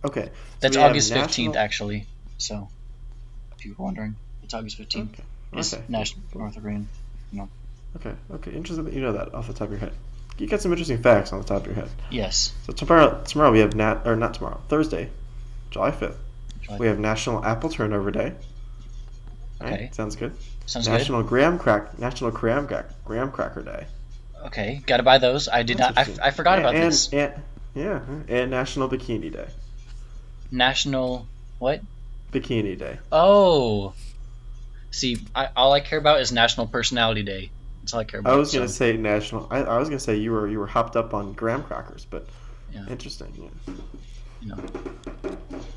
S2: Okay.
S1: That's
S2: we have
S1: August fifteenth,
S2: national-
S1: actually. So, if you were wondering, it's August fifteenth.
S2: Okay.
S1: It's
S2: Oh, Okay.
S1: National North Korean.
S2: Okay. Okay. Interesting that you know that off the top of your head. You got some interesting facts on the top of your head.
S1: Yes.
S2: So tomorrow tomorrow we have nat or not tomorrow Thursday, July fifth.
S1: July
S2: We have National Apple Turnover Day. All right,
S1: Okay.
S2: Sounds good.
S1: Sounds good.
S2: National Graham Crack National Graham Crack Graham Cracker Day.
S1: Okay, gotta buy those. I did not. I,
S2: That's
S1: I forgot
S2: and,
S1: about
S2: and,
S1: this.
S2: And, yeah, and National Bikini Day.
S1: National.
S2: Bikini Day.
S1: Oh. See, I, all I care about is National Personality Day. That's all I care about.
S2: I was gonna
S1: so-
S2: say National. I, I was gonna say you were you were hopped up on graham crackers, but
S1: Yeah.
S2: interesting. Yeah.
S1: You know.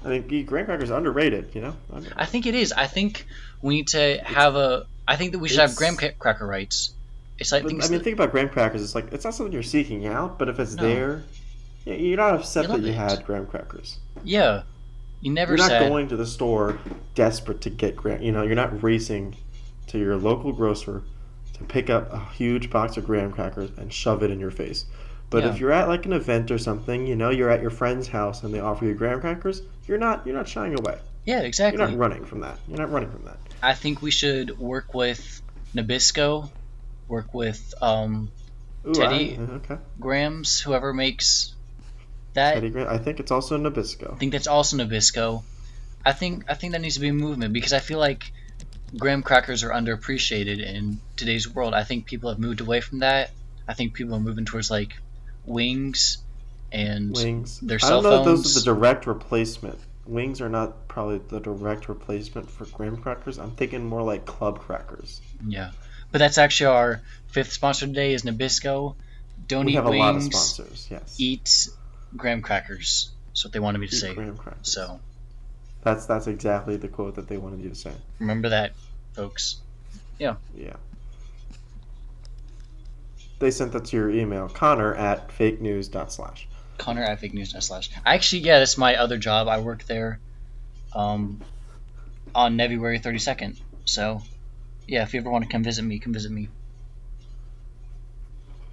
S2: I think mean, graham crackers are underrated. You know. Under-
S1: I think it is. I think we need to have a. I think that we should have
S2: it's-
S1: graham ca- cracker rights. It's like
S2: but, I
S1: things.
S2: mean, think about graham crackers. It's like it's not something you're seeking out, but if it's
S1: No.
S2: there, yeah, you're not upset
S1: You
S2: that
S1: love
S2: you
S1: it.
S2: had graham crackers.
S1: yeah, you never
S2: You're not
S1: said.
S2: going to the store desperate to get graham. You know, you're not racing to your local grocer to pick up a huge box of graham crackers and shove it in your face. But
S1: Yeah.
S2: if you're at like an event or something, you know, you're at your friend's house and they offer you graham crackers, you're not you're not shying away.
S1: yeah,
S2: You're
S1: exactly.
S2: not running from that. You're not running from that.
S1: I think we should work with Nabisco, work with um,
S2: Ooh,
S1: Teddy-
S2: I, uh, okay.
S1: Grams, whoever makes that.
S2: Teddy Graham. I think it's also Nabisco.
S1: I think that's also Nabisco. I think I think that needs to be a movement because I feel like graham crackers are underappreciated in today's world. I think people have moved away from that. I think people are moving towards like wings and
S2: Wings.
S1: their
S2: I
S1: cell
S2: don't know if
S1: phones.
S2: those are the direct replacement. Wings are not probably the direct replacement for graham crackers. I'm thinking more like club crackers.
S1: yeah. But that's actually our fifth sponsor today is Nabisco. Don't
S2: we
S1: eat
S2: have a
S1: wings.
S2: lot of sponsors. Yes.
S1: Eat graham crackers. That's what they wanted me to
S2: Eat
S1: say.
S2: graham crackers.
S1: E So
S2: That's that's exactly the quote that they wanted you to say.
S1: remember that, folks.
S2: Yeah. They sent that to your email, Connor at fake news dot slash.
S1: Connor at Fake News slash. Actually, yeah, that's my other job. I work there, um, on February thirty second. So, yeah, if you ever want to come visit me, come visit me.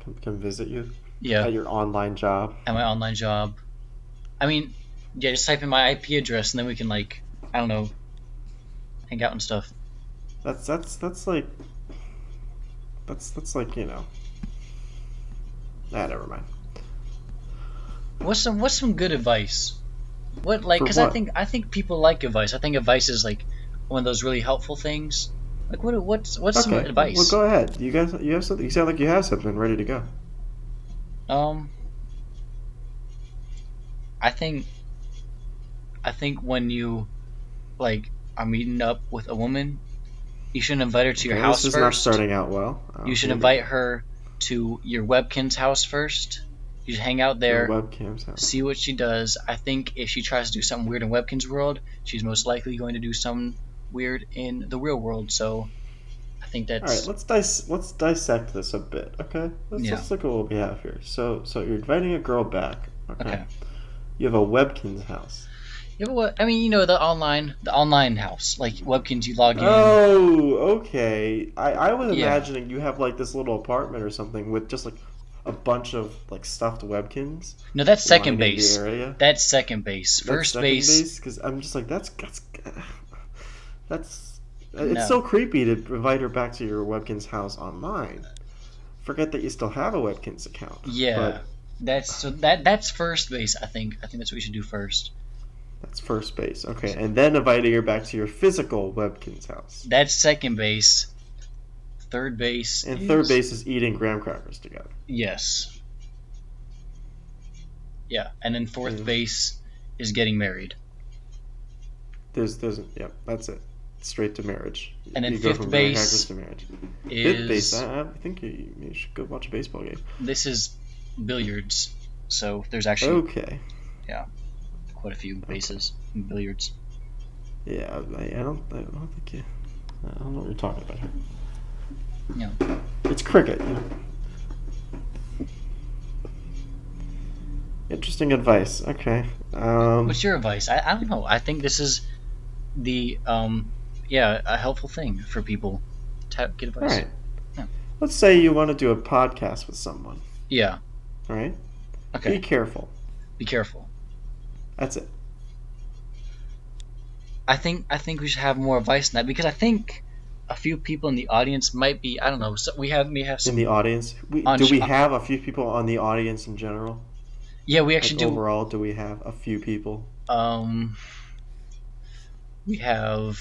S2: Come, come visit you
S1: Yeah,
S2: at your online job.
S1: at my online job. I mean, yeah, just type in my IP address and then we can like, I don't know, hang out and stuff.
S2: That's that's that's like that's that's like you know. Ah, never mind.
S1: What's some What's some good advice? What like?
S2: For
S1: Because I
S2: what?
S1: think I think people like advice. I think advice is like one of those really helpful things. Like what what's what's some advice?
S2: Well, go ahead. You guys, you have something. You sound like you have something ready to go.
S1: Um, I think, I think when you, like, are meeting up with a woman, you should invite her to your
S2: Okay,
S1: house
S2: this is
S1: first.
S2: not starting out well. Uh,
S1: You should
S2: here we-
S1: invite her to your webkin's house first. You should hang out there,
S2: Webcams out.
S1: see what she does. I think if she tries to do something weird in webkin's world, she's most likely going to do something weird in the real world. So, I think
S2: All right,
S1: that's
S2: let's dis- let's dissect this a bit, okay? Let's,
S1: Yeah.
S2: let's look at what we have here. So, so you're inviting a girl back, okay?
S1: Okay.
S2: You have a Webkin's house.
S1: Yeah, but what, I mean, you know, the online, the online house, like Webkins, you log in.
S2: Oh, okay. I, I was
S1: Yeah.
S2: imagining you have like this little apartment or something with just like a bunch of like stuffed Webkins.
S1: no, that's second
S2: lining the
S1: base.
S2: area.
S1: That's second base. First base.
S2: because I'm just like that's that's that's it's
S1: No.
S2: so creepy to invite her back to your Webkins house online. Forget that you still have a Webkins account.
S1: Yeah.
S2: but
S1: That's so that that's first base. I think I think that's what we should do first.
S2: that's first base. Okay, and then inviting her back to your physical Webkins house.
S1: That's second base. Third base.
S2: And
S1: is-
S2: third base is eating graham crackers together.
S1: Yes. Yeah, and then fourth
S2: Mm.
S1: base is getting married,
S2: There's there's yeah, that's it. Straight to marriage.
S1: And then
S2: you go
S1: fifth
S2: from graham
S1: base
S2: crackers to marriage. Fifth
S1: is
S2: base. I, I think you, you should go watch a baseball game.
S1: this is billiards. So there's actually
S2: Okay. Oh.
S1: quite a few bases in billiards.
S2: Yeah, I, I don't. I don't think you. I don't know what you're talking about. here.
S1: Yeah.
S2: It's cricket. you know. Interesting advice. Okay. Um,
S1: What's your advice? I, I don't know. I think this is the um yeah, a helpful thing for people to get
S2: all
S1: advice.
S2: right.
S1: Yeah.
S2: Let's say you want to do a podcast with someone.
S1: Yeah.
S2: All right. Be
S1: Okay.
S2: careful.
S1: Be careful.
S2: That's it.
S1: I think I think we should have more advice than that because I think a few people in the audience might be I don't know. So we have may have
S2: In
S1: some.
S2: the audience, we,
S1: On
S2: do we
S1: sh-
S2: have a few people on the audience in general?
S1: Yeah, we
S2: Like
S1: actually do.
S2: overall, do we have a few people?
S1: Um, we have.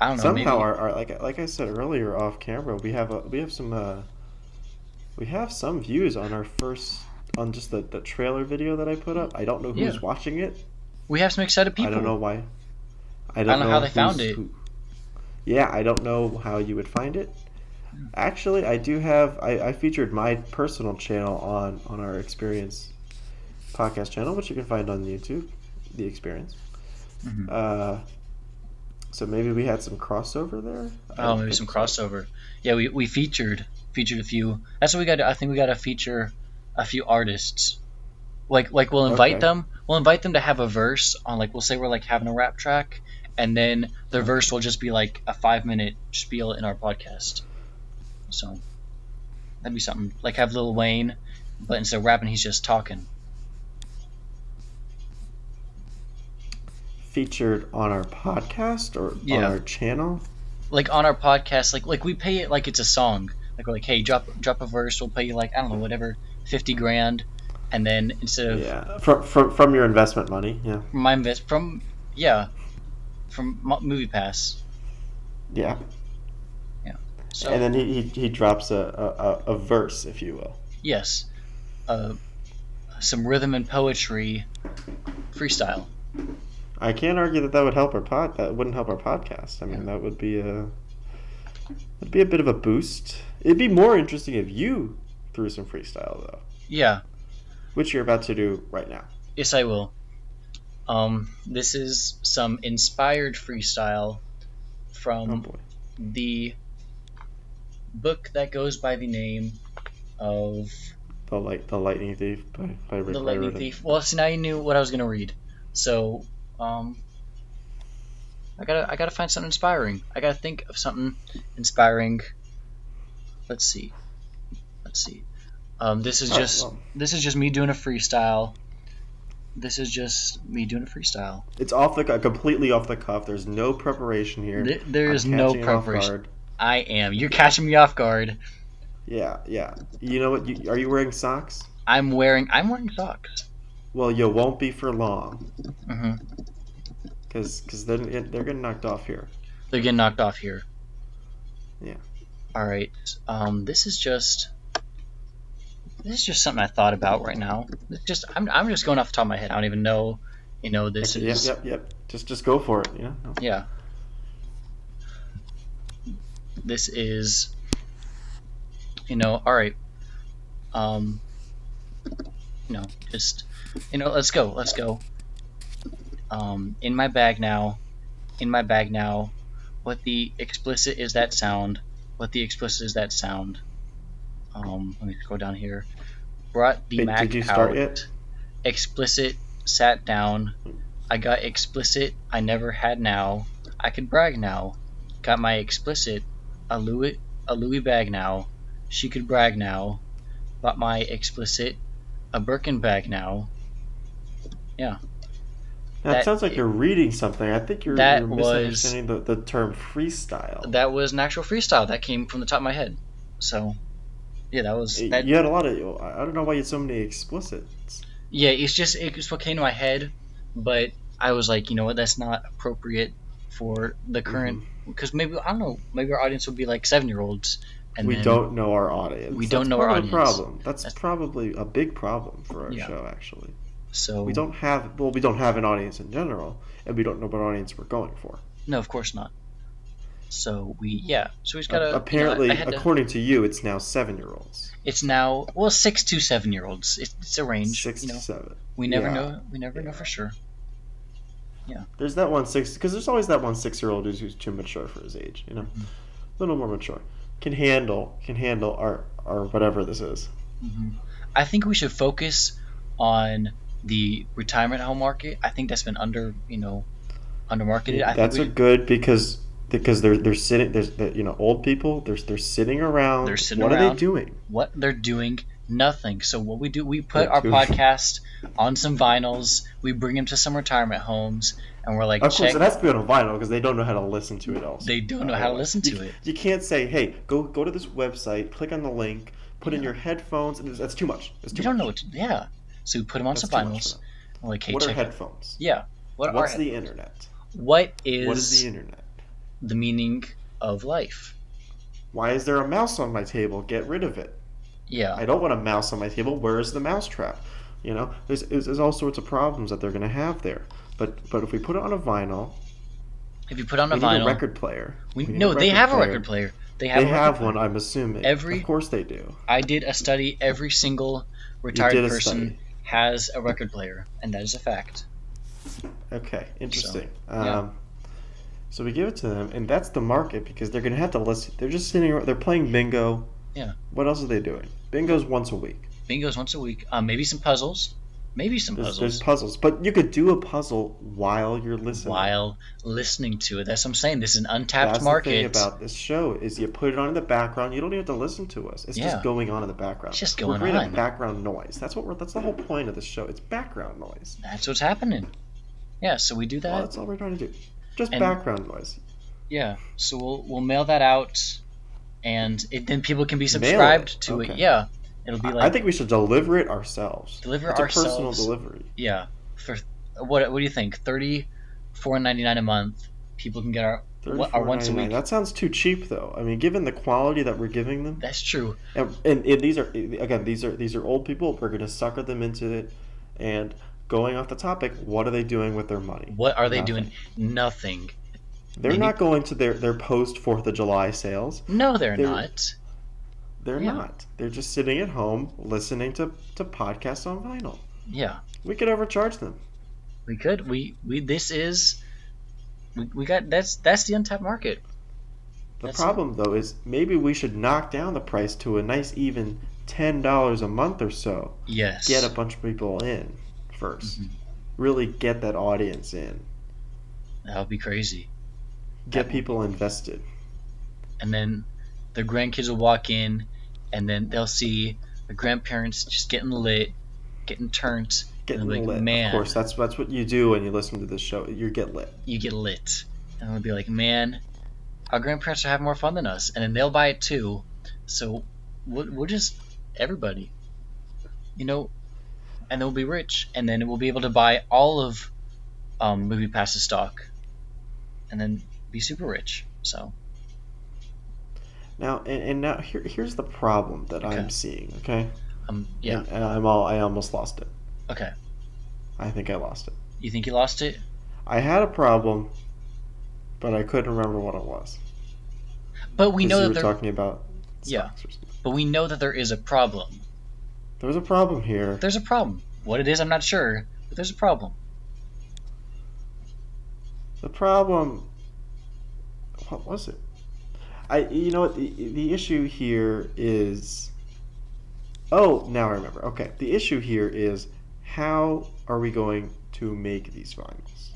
S1: I don't know. maybe,
S2: somehow our, our like like I said earlier off camera, we have a we have some uh, we have some views on our first on just the, the trailer video that I put up. I don't know who's
S1: Yeah.
S2: watching it.
S1: we have some excited people.
S2: I don't know why. I
S1: don't know how they found
S2: who's-
S1: it.
S2: who- Yeah, I don't know how you would find it. Actually, I do have I, I featured my personal channel on on our experience podcast channel, which you can find on YouTube, the experience.
S1: Mhm.
S2: Uh, so maybe we had some crossover there. Uh, I
S1: Oh,
S2: don't
S1: maybe
S2: think
S1: some
S2: so.
S1: crossover. Yeah, we, we featured featured a few. That's what we got. to I think we got to feature a few artists. Like like we'll invite
S2: Okay.
S1: them. We'll invite them to have a verse on like we'll say we're like having a rap track, and then their verse will just be like a five minute spiel in our podcast. So that'd be something. Like have Lil Wayne, but instead of rapping, he's just talking.
S2: featured on our podcast or on
S1: Yeah.
S2: our channel.
S1: like on our podcast, like like we pay it like it's a song. Like we're like, hey, drop drop a verse, we'll pay you like I don't know whatever, fifty grand, and then instead of
S2: Yeah, from from from your investment money. Yeah,
S1: my invest from yeah, from Mo- Movie Pass.
S2: yeah.
S1: So
S2: And then he he, he drops a, a a- a verse, if you will.
S1: yes, uh, some rhythm and poetry, freestyle.
S2: I can't argue that that would help our pod. That wouldn't help our podcast. I mean, that would be a would be a bit of a boost. It'd be more interesting if you threw some freestyle though,
S1: Yeah,
S2: which you're about to do right now.
S1: yes I will. Um, this is some inspired freestyle from
S2: Oh boy.
S1: the book that goes by the name of
S2: The light, the lightning thief by, by Rick
S1: the lightning
S2: Riordan.
S1: thief. Well, see now you knew what I was gonna read, so um, I gotta I gotta find something inspiring. I gotta think of something inspiring. Let's see, let's see. Um, this is
S2: All right,
S1: just
S2: Oh, well,
S1: this is just me doing a freestyle. This is just me doing a freestyle.
S2: it's off the cu- completely off the cuff. There's no preparation here.
S1: Th- there
S2: I'm
S1: is no
S2: catching it off
S1: preparation.
S2: guard.
S1: I am. You're catching me off guard.
S2: Yeah, yeah. You know what? You, are you wearing socks?
S1: I'm wearing I'm wearing socks.
S2: Well, you won't be for long,
S1: hmm
S2: because because then it, they're getting knocked off here.
S1: They're getting knocked off here.
S2: Yeah.
S1: All right. Um, this is just this is just something I thought about right now. It's just I'm I'm just going off the top of my head. I don't even know, you know, this
S2: Yep,
S1: is
S2: yep, yep. Just just go for it. You know.
S1: yeah. This is you know, all right. Um you know, just you know, let's go. Let's go. Um in my bag now. In my bag now. What the explicit is that sound? What the explicit is that sound? Um let me scroll down here. Brought the
S2: Did-
S1: Mac
S2: did you start
S1: out.
S2: yet?
S1: Explicit sat down. I got explicit. I never had now. I can brag now. Got my explicit. A Louis a Louis bag now. She could brag now. Bought my explicit. A Birkin bag now.
S2: Now,
S1: That-
S2: it sounds like you're reading something. I think you're,
S1: That
S2: you're
S1: was-
S2: misunderstanding the, the term freestyle.
S1: That was an actual freestyle that came from the top of my head. So, yeah, that was that.
S2: you had a lot of. I I don't know why you had so many explicits.
S1: Yeah, it's just it's what came to my head, but I was like, you know what, that's not appropriate for the current
S2: Mm-hmm.
S1: because maybe I don't know, maybe our audience would be like seven year olds, and
S2: we
S1: then,
S2: don't know our audience.
S1: we don't
S2: That's
S1: know our
S2: probably a
S1: audience.
S2: Problem. That's,
S1: That's-
S2: probably a big problem for our
S1: Yeah.
S2: show. Actually,
S1: So
S2: we don't have. Well, we don't have an audience in general, and we don't know what audience we're going for.
S1: no, of course not. So we yeah, so we just
S2: A-
S1: gotta
S2: Apparently,
S1: You know, I- I had to-
S2: according to you, it's now seven-year-olds,
S1: it's now well six to seven year olds. It's, it's a range.
S2: six
S1: you
S2: to
S1: know,
S2: seven.
S1: we never
S2: yeah.
S1: know. We never know
S2: Yeah.
S1: for sure.
S2: There's that one six because there's always that one six-year-old who's, who's too mature for his age. You know, a little more mature, can handle, can handle our or whatever this is.
S1: Mhm. I think we should focus on the retirement home market. I think that's been under you know undermarketed. I
S2: That's
S1: think
S2: a good because because they're they're sitting there's the, you know old people they're they're sitting around.
S1: They're sitting
S2: what are
S1: around.
S2: they doing?
S1: what they're doing nothing so what we do we put
S2: Yeah,
S1: our
S2: true.
S1: podcast on some vinyls we bring them to some retirement homes and we're like
S2: Of
S1: check
S2: course, it has to be on a vinyl because they don't know how to listen to it. Also,
S1: they don't know how to listen
S2: you,
S1: to it
S2: You can't say, "Hey, go go to this website, click on the link, put in
S1: Yeah.
S2: your headphones." and it's- That's too much. That's
S1: they
S2: too
S1: don't
S2: much.
S1: know what to, yeah so we put them on
S2: That's
S1: some
S2: too
S1: vinyls
S2: much for them.
S1: and we're like hey
S2: what are
S1: check it.
S2: headphones?
S1: yeah what
S2: What's
S1: are
S2: the internet?
S1: what is,
S2: What is the internet?
S1: the meaning of life
S2: Why is there a mouse on my table? Get rid of it.
S1: yeah
S2: I don't want a mouse on my table. Where is the mouse trap? You know, there's, there's, there's all sorts of problems that they're going to have there. But but if we put it on a vinyl,
S1: if you put on a
S2: we need
S1: vinyl
S2: a record player.
S1: we,
S2: need a
S1: no they have a
S2: player.
S1: record player they have
S2: They
S1: a record
S2: have
S1: player.
S2: one, I'm assuming.
S1: Every
S2: of course they do.
S1: i did a study every single
S2: You
S1: retired
S2: did a
S1: person
S2: study.
S1: has a record player and that is a fact
S2: Okay, interesting.
S1: yeah.
S2: um, so we give it to them, and that's the market because they're going to have to listen. They're just sitting. around- They're playing bingo.
S1: Yeah.
S2: What else are they doing? Bingo's once a week.
S1: bingos once a week. Um, maybe some puzzles, maybe some
S2: There's
S1: puzzles
S2: puzzles. there's puzzles, but you could do a puzzle while you're listening.
S1: while listening to it. That's what I'm saying. This is an untapped
S2: That's
S1: market.
S2: the thing about this show is you put it on in the background. You don't even have to listen to us. It's
S1: Yeah.
S2: just going on in the background.
S1: It's just
S2: we're
S1: going
S2: creating
S1: on.
S2: background noise. That's what we're. That's the whole point of this show. It's background noise.
S1: That's what's happening. Yeah, so we do that.
S2: Well, that's all we're trying to do. Just
S1: And-
S2: background noise.
S1: yeah, so we'll we'll mail that out, and it, then people can be
S2: Mail it?
S1: subscribed to it.
S2: Okay.
S1: Yeah, it'll be
S2: I-
S1: like
S2: I think we should deliver it ourselves.
S1: deliver
S2: It's a
S1: ourselves.
S2: personal delivery.
S1: Yeah, for what what do you think? Thirty four ninety nine a month. People can get our What, our once a
S2: $34.99.
S1: week?
S2: That sounds too cheap, though. I mean, given the quality that we're giving them,
S1: that's true.
S2: and, and, and these are again these are these are old people. We're going to sucker them into it. And going off the topic, what are they doing with their money?
S1: What are they
S2: Nothing.
S1: doing? Nothing.
S2: They're
S1: Maybe-
S2: not going to their, their post Fourth of July sales.
S1: No, they're,
S2: They're-
S1: not.
S2: They're
S1: Yeah.
S2: not. They're just sitting at home listening to, to podcasts on vinyl.
S1: Yeah.
S2: We could overcharge them.
S1: We could. We we this is we, we got that's that's the untapped market.
S2: The
S1: That's-
S2: problem though is maybe we should knock down the price to a nice even ten dollars a month or so.
S1: Yes. Mm-hmm.
S2: Get a bunch of people in 1st Really get that audience in.
S1: That would be crazy.
S2: Get people invested.
S1: And then the grandkids will walk in and then they'll see the grandparents just getting lit, getting turned.
S2: Get
S1: Like,
S2: lit.
S1: man.
S2: Of course, that's that's what you do when you listen to this show. You get lit.
S1: You get lit. And they'll be like, Man, our grandparents are having more fun than us and then they'll buy it too. So we'll, we'll just everybody. You know, and they'll be rich, and then we'll be able to buy all of um, movie passes stock, and then be super rich. So
S2: Now and, and now here here's the problem that
S1: Okay.
S2: I'm seeing. Okay.
S1: um, yeah,
S2: And- and I'm all I almost lost it.
S1: okay.
S2: I think I lost it.
S1: You think you lost it?
S2: I had a problem, but I couldn't remember what it was.
S1: But we
S2: 'Cause
S1: know
S2: you
S1: that
S2: were
S1: there,
S2: talking about
S1: Yeah.
S2: stocks or something.
S1: but we know that there is a problem.
S2: There's a problem here.
S1: There's a problem. What it is, I'm not sure, but there's a problem.
S2: The problem. What was it? I. You know what? The, the issue here is. Oh, now I remember. Okay. The issue here is how are we going to to make these vinyls.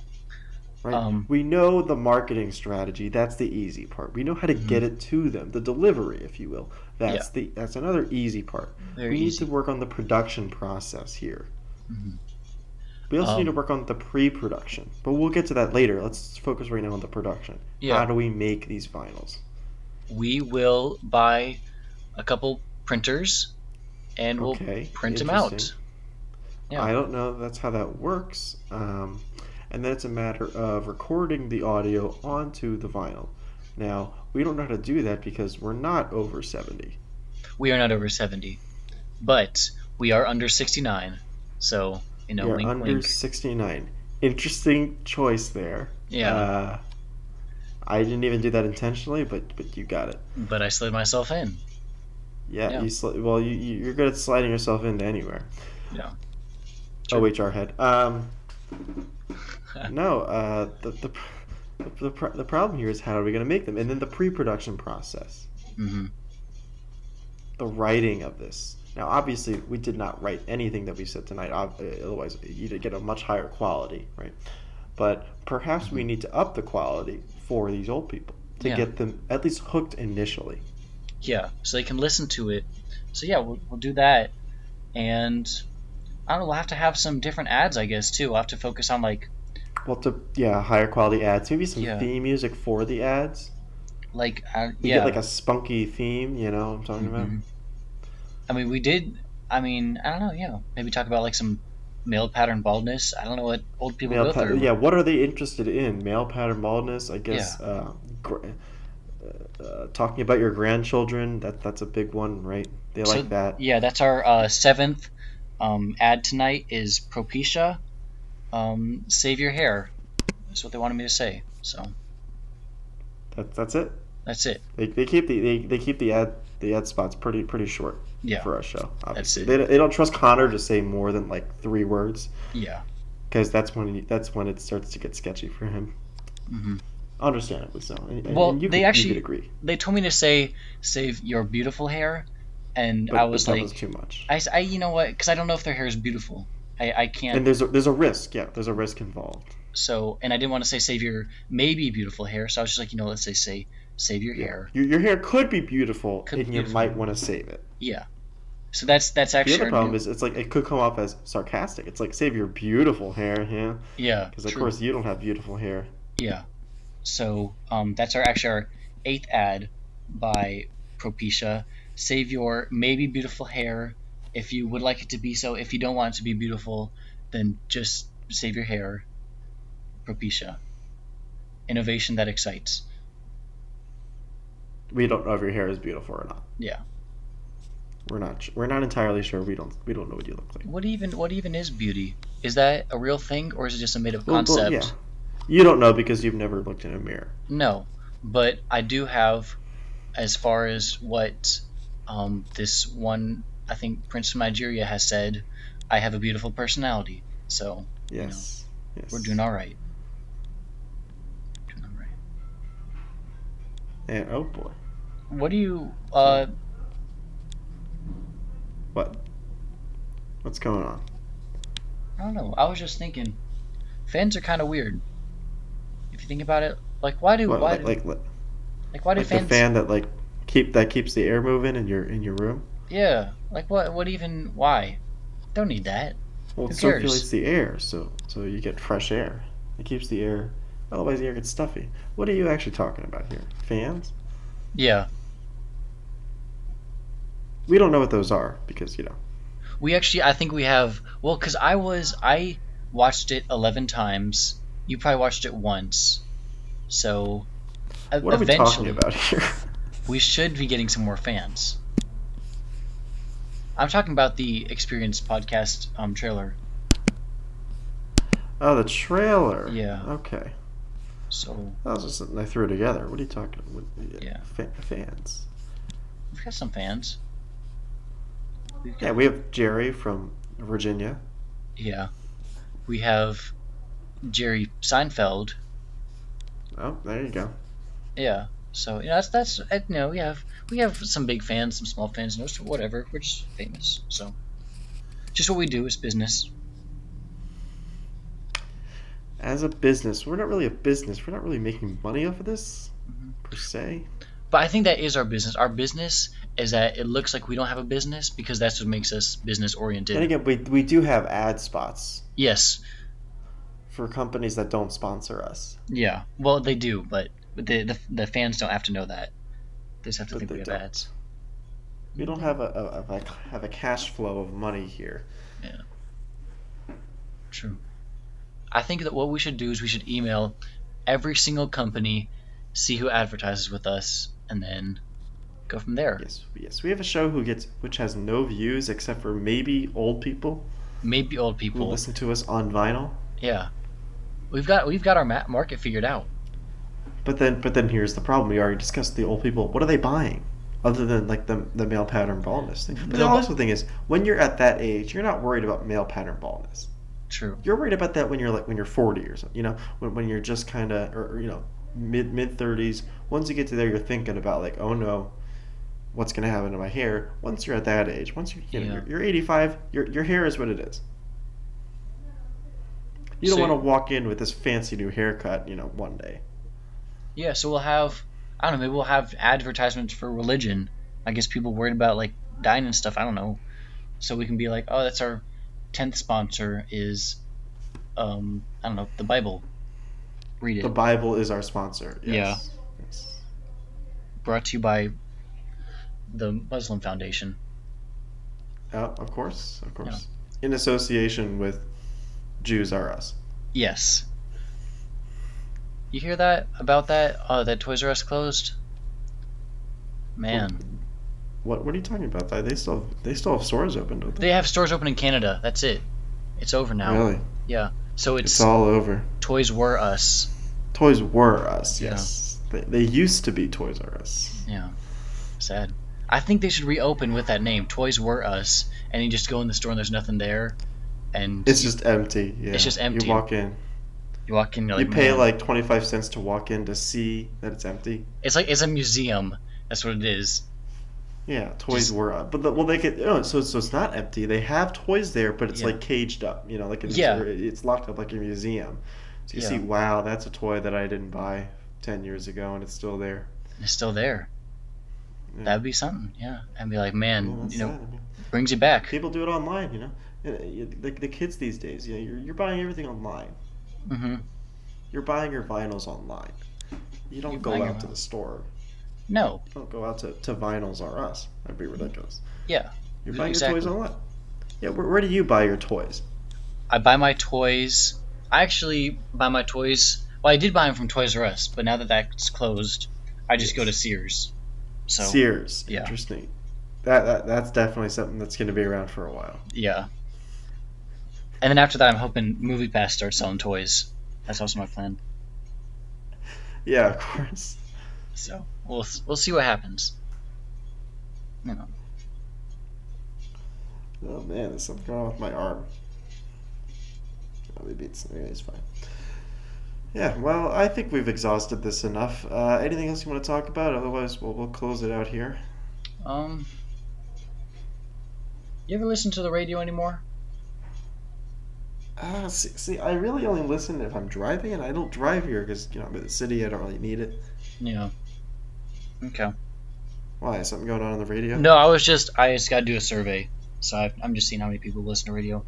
S2: Right?
S1: Um,
S2: we know the marketing strategy. That's the easy part. We know how to
S1: Mhm.
S2: get it to them, the delivery, if you will. That's the that's another easy part.
S1: Very
S2: we
S1: easy.
S2: need to work on the production process here.
S1: Mhm.
S2: We also need to
S1: Um,
S2: work on the pre-production, but we'll get to that later. Let's focus right now on the production.
S1: Yeah.
S2: How do we make these vinyls?
S1: we will buy a couple printers and we'll
S2: Okay,
S1: print them out.
S2: interesting.
S1: Yeah.
S2: I don't know. if That's how that works. Um, and then it's a matter of recording the audio onto the vinyl. Now we don't know how to do that because we're not over seventy.
S1: We are not over 70, but we are under 69. So, you know,
S2: You're
S1: wink,
S2: under
S1: wink.
S2: sixty-nine. Interesting choice there.
S1: Yeah,
S2: Uh, I didn't even do that intentionally, but but you got it.
S1: but I slid myself in.
S2: Yeah.
S1: Yeah.
S2: You sli- well, you you- you're good at sliding yourself into anywhere.
S1: Yeah.
S2: Oh, HR head. Um. no. Uh. The the. The, the, pr- the problem here is how are we going to make them and then the pre-production process
S1: hmm
S2: the writing of this now obviously we did not write anything that we said tonight ob- uh, otherwise you'd get a much higher quality right but perhaps we need to up the quality for these old people to
S1: Yeah.
S2: get them at least hooked initially
S1: Yeah, so they can listen to it. So, yeah, we'll, we'll do that. And I don't know, we'll have to have some different ads, I guess, too. We'll have to focus on, like,
S2: Well, to yeah, higher quality ads. Maybe some
S1: Yeah.
S2: theme music for the ads.
S1: like, uh,
S2: You
S1: yeah.
S2: get like a spunky theme. You know what I'm talking about?
S1: Mhm. I mean, we did. I mean, I don't know. Yeah, maybe talk about like some male pattern baldness. I don't know what old people
S2: Male
S1: go
S2: pat-
S1: through.
S2: yeah. What are they interested in? Male pattern baldness. I guess. Uh, gr- uh, uh, talking about your grandchildren. That that's a big one, right? They
S1: So-
S2: like that.
S1: Yeah, that's our uh, seventh um, ad tonight. Is Propecia, um, save your hair. That's what they wanted me to say. So
S2: That, that's it.
S1: that's it.
S2: They, they keep the they, they keep the ad the ad spots pretty pretty short
S1: Yeah,
S2: for our show. Obviously,
S1: it.
S2: They, don't- they don't trust Connor to say more than like three words
S1: yeah.
S2: because that's when he, that's when it starts to get sketchy for him.
S1: hmm
S2: Understandably so. And, and-
S1: Well,
S2: and you
S1: they
S2: could,
S1: actually-
S2: you could agree.
S1: They told me to say save your beautiful hair, and
S2: But-
S1: I
S2: but
S1: was
S2: that
S1: like,
S2: was too much.
S1: I, s- I- you know what? Because I don't know if their hair is beautiful. I, I can't.
S2: And there's a, there's a risk, yeah. There's a risk involved.
S1: So, and I didn't want to say save your maybe beautiful hair. So I was just like, you know, let's say say save your hair.
S2: Your, your hair could be beautiful,
S1: Could be
S2: and you
S1: beautiful.
S2: might want to save it.
S1: Yeah. So that's that's
S2: The
S1: actually
S2: other
S1: our
S2: problem
S1: new-
S2: is it's like it could come off as sarcastic. It's like save your beautiful hair, yeah,
S1: yeah.
S2: because of
S1: true.
S2: course you don't have beautiful hair.
S1: Yeah. So um, that's our actually our eighth ad by Propecia. Save your maybe beautiful hair if you would like it to be so. If you don't want it to be beautiful, then just save your hair. Propecia. Innovation that excites.
S2: We don't know if your hair is beautiful or not.
S1: Yeah.
S2: We're not. su- We're not entirely sure. We don't. We don't know what you look like.
S1: What even what even is beauty? Is that a real thing or is it just a made up
S2: Well,
S1: concept?
S2: well, yeah. You don't know because you've never looked in a mirror.
S1: No, but I do have, as far as what um, this one, I think Prince of Nigeria has said, I have a beautiful personality. So
S2: Yes. Yes.
S1: we're doing all right. Doing all right.
S2: And, oh boy.
S1: What do you? Uh,
S2: What? What's going on?
S1: I don't know. I was just thinking, fans are kind of weird. If you think about it, like why do
S2: What,
S1: why
S2: like,
S1: do, like,
S2: like, like,
S1: why do
S2: like the
S1: fans?
S2: fan that like keep that keeps the air moving in your in your room.
S1: Yeah, like what what even why? Don't need that.
S2: Well,
S1: Who
S2: it
S1: cares?
S2: circulates the air, so so you get fresh air. It keeps the air. Otherwise, the air gets stuffy. What are you actually talking about here? Fans?
S1: Yeah,
S2: We don't know what those are because you know.
S1: We actually, I think we have. Well, because I was, I watched it eleven times. You probably watched it once. So, e-
S2: What are we
S1: eventually,
S2: talking about here?
S1: we should be getting some more fans. I'm talking about the Experience podcast um, trailer.
S2: oh, the trailer.
S1: Yeah.
S2: Okay.
S1: So
S2: That was just something I threw together. What are you talking about? What-
S1: Yeah.
S2: fa- fans.
S1: we've got some fans. We've
S2: Yeah,
S1: got,
S2: we have Jerry from Virginia.
S1: yeah. We have Jerry Seinfeld.
S2: Oh, there you go.
S1: Yeah. So you know, that's that's uh, you know we have we have some big fans, some small fans, no, so whatever. We're just famous, so just what we do is business.
S2: as a business, we're not really a business. We're not really making money off of this
S1: Mm-hmm.
S2: per se.
S1: But I think that is our business. Our business is that it looks like we don't have a business because that's what makes us business
S2: And
S1: oriented.
S2: again, we we do have ad spots
S1: Yes.
S2: for companies that don't sponsor us.
S1: Yeah. Well, they do, but but the the, the fans don't have to know that. They just have to
S2: But
S1: think we
S2: they
S1: have
S2: don't.
S1: ads.
S2: We don't have a, a, a, a have a cash flow of money here.
S1: True. I think that what we should do is we should email every single company, see who advertises with us, and then go from there.
S2: Yes, yes, we have a show who gets which has no views except for maybe old people
S1: Maybe old
S2: who
S1: people.
S2: listen to us on vinyl.
S1: Yeah. We've got we've got our ma- market figured out.
S2: But then, but then here's the problem. We already discussed the old people. What are they buying, other than like the the male pattern baldness thing? But the
S1: No, but-
S2: also thing is, when you're at that age, you're not worried about male pattern baldness.
S1: True.
S2: You're worried about that when you're like when you're 40 or something. You know, when, when you're just kind of or, or, you know mid mid 30s. Once you get to there, you're thinking about like, oh no, what's gonna happen to my hair? Once you're at that age, once you're you know,
S1: Yeah.
S2: you're, you're 85, your your hair is what it is. You
S1: So-
S2: don't want to walk in with this fancy new haircut, you know, one day.
S1: Yeah, so we'll have I don't know, maybe we'll have advertisements for religion. I guess people worried about like dying and stuff, I don't know. So we can be like, Oh, that's our tenth sponsor is um I don't know, the Bible. Read it.
S2: The Bible is our sponsor. Yes. Yes.
S1: brought to you by the Muslim Foundation.
S2: Uh, of course, of course. In association with Jews are us.
S1: Yes. You hear that about that? Uh, that Toys R Us closed.
S2: Oh.
S1: Man,
S2: What What are you talking about? They still they still have stores open, don't they?
S1: they have stores open in Canada. That's it. It's over now.
S2: Really,
S1: So
S2: it's,
S1: it's,
S2: all over.
S1: Toys Were Us.
S2: Toys were us.
S1: Yeah.
S2: Yes, they, they used to be Toys R Us.
S1: Yeah. Sad. I think they should reopen with that name, Toys Were Us, and you just go in the store and there's nothing there, and
S2: It's just empty. Yeah,
S1: It's just empty.
S2: You walk in,
S1: you walk in, you're like,
S2: you pay
S1: "Man."
S2: like twenty five cents to walk in to see that it's empty.
S1: it's like it's a museum. That's what it is.
S2: Yeah, toys
S1: Just-
S2: were up, but the, well, they could. Oh, so so it's not empty. They have toys there, but it's
S1: Yeah.
S2: like caged up. You know, like it's,
S1: Yeah.
S2: or it's locked up like a museum. So you
S1: Yeah.
S2: see, wow, that's a toy that I didn't buy ten years ago, and it's still there.
S1: It's still there.
S2: Yeah.
S1: That'd be something, yeah. And be like, man,
S2: Well, that's
S1: you know,
S2: sad. I mean,
S1: brings you back.
S2: people do it online. You know, Uh, you- the, the kids these days. You know, you're, you're buying everything online.
S1: Mm-hmm.
S2: You're buying your vinyls online. You don't
S1: You're
S2: go
S1: buying your
S2: out to the store.
S1: No,
S2: You don't go out to, to vinyls R Us. That'd be ridiculous.
S1: Yeah.
S2: You're buying
S1: Exactly.
S2: your toys online. Yeah, where, where do you buy your toys?
S1: I buy my toys. I actually buy my toys. Well, I did buy them from Toys R Us, but now that that's closed, I just go to Sears. So
S2: Sears.
S1: yeah.
S2: Interesting. That, that that's definitely something that's going to be around for a while.
S1: yeah. And then after that, I'm hoping Movie Pass starts selling toys. That's also my plan.
S2: Yeah, of course.
S1: So we'll we'll see what happens. You know,
S2: Oh man, there's something wrong with my arm. Oh, Maybe it's maybe it's fine. Yeah, well, I think we've exhausted this enough. Uh, anything else you want to talk about? Otherwise, we'll, we'll close it out here.
S1: um, you ever listen to the radio anymore?
S2: Ah, see, see, I really only listen if I'm driving, and I don't drive here because you know I'm in the city. I don't really need it.
S1: Yeah. Okay.
S2: Why? Is something going on on the radio?
S1: No, I was just I just got to do a survey, so I, I'm just seeing how many people listen to radio.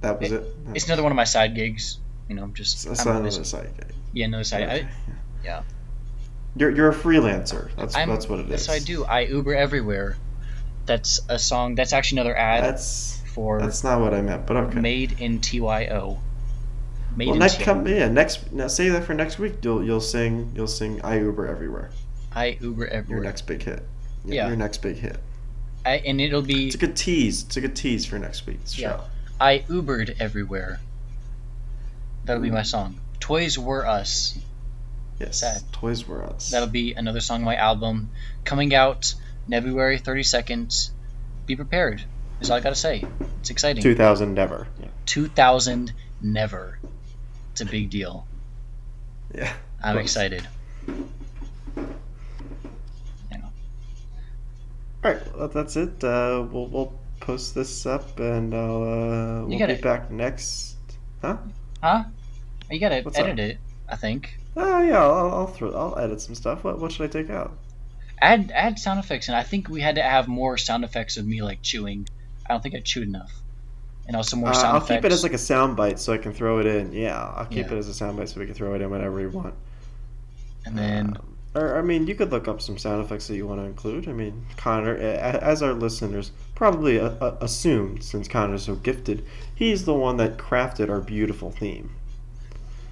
S2: that was it. No.
S1: It's another one of my side gigs. You know, just
S2: That's
S1: I'm
S2: not
S1: always-
S2: another side gig.
S1: yeah, another side.
S2: Okay,
S1: I, yeah.
S2: You're, you're a freelancer. That's
S1: I'm,
S2: that's what it is.
S1: That's what I do. I Uber everywhere. That's a song. That's actually another ad
S2: That's
S1: for
S2: that's not what I meant. But okay.
S1: Made in Tyo. Made
S2: well,
S1: in
S2: next
S1: TYO.
S2: come yeah next now save that for next week. You'll you'll sing you'll sing I Uber everywhere.
S1: I Uber
S2: Your
S1: everywhere.
S2: next big hit.
S1: Yeah.
S2: Your next big hit.
S1: I, and it'll be
S2: It's a good tease. It's a good tease for next week's
S1: Yeah.
S2: show.
S1: I Ubered everywhere. That'll be my song. Toys Were Us.
S2: Yes.
S1: Sad.
S2: Toys were us.
S1: That'll be another song on my album coming out February 32nd. Be prepared. Is all I gotta say. It's exciting.
S2: Two thousand never. Yeah.
S1: 2000 never. It's a big deal.
S2: Yeah.
S1: I'm
S2: Right.
S1: excited.
S2: All right. Well, that's it. Uh, we'll we'll post this up and I'll uh, we'll
S1: gotta-
S2: be back next. Huh?
S1: Huh? You gotta
S2: What's
S1: edit it. I think.
S2: Ah, yeah, I'll, I'll throw. I'll edit some stuff. What what should I take out?
S1: Add add sound effects, and I think we had to have more sound effects of me like chewing. I don't think I chewed enough, and also more
S2: Uh,
S1: sound
S2: I'll
S1: effects.
S2: keep it as like a sound bite so I can throw it in. Yeah, I'll keep
S1: Yeah.
S2: it as a sound bite so we can throw it in whenever we want.
S1: and then
S2: Um, or I mean, you could look up some sound effects that you want to include. I mean, Connor, a- a- as our listeners probably uh, uh, assumed, since Connor is so gifted, he's the one that crafted our beautiful theme.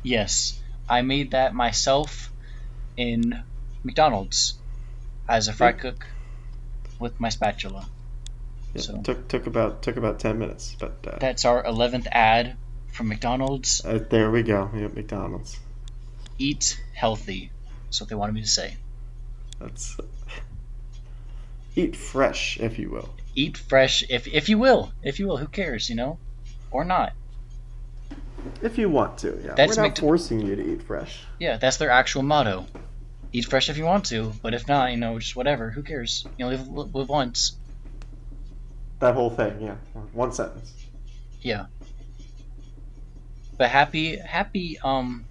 S1: yes, I made that myself in McDonald's as a fry cook with my spatula.
S2: It
S1: So-
S2: took took about took about ten minutes, but uh,
S1: That's our eleventh ad from McDonald's.
S2: uh, there we go. Yeah, McDonald's.
S1: Eat healthy. That's what they wanted me to say.
S2: That's eat fresh, if you will.
S1: Eat fresh, if if you will, if you will. Who cares, you know, or not?
S2: If you want to, yeah.
S1: That's
S2: We're not
S1: Mc-
S2: forcing you to eat fresh.
S1: Yeah, that's their actual motto. Eat fresh if you want to, but if not, you know, just whatever. Who cares? You know, live, live once.
S2: That whole thing, yeah. One sentence.
S1: But happy, happy, um,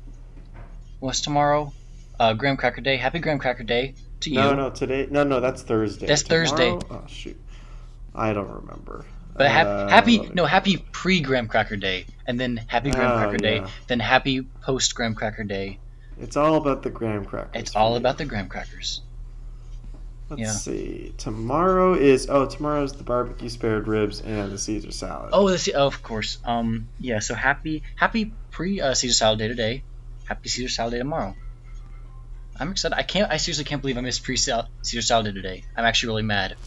S1: what's tomorrow? Uh, Graham Cracker Day. Happy Graham Cracker Day to you.
S2: No, no, today. No, no, that's Thursday.
S1: That's Thursday.
S2: Tomorrow? Oh shoot, I don't remember.
S1: But hap-
S2: Uh,
S1: happy,
S2: let me-
S1: no, happy pre Graham Cracker Day, and then happy Graham
S2: Oh,
S1: Cracker Day,
S2: yeah.
S1: then happy post Graham Cracker Day.
S2: It's all about the graham crackers.
S1: It's
S2: for
S1: all
S2: me.
S1: about the Graham crackers.
S2: Let's
S1: yeah.
S2: see. Tomorrow is oh, tomorrow's the barbecue spared ribs and the Caesar salad.
S1: Oh, this, oh, of course. Um, yeah. So happy, happy pre uh, Caesar salad day today. Happy Caesar salad day tomorrow. I'm excited. I can't. I seriously can't believe I missed pre Caesar salad day today. I'm actually really mad.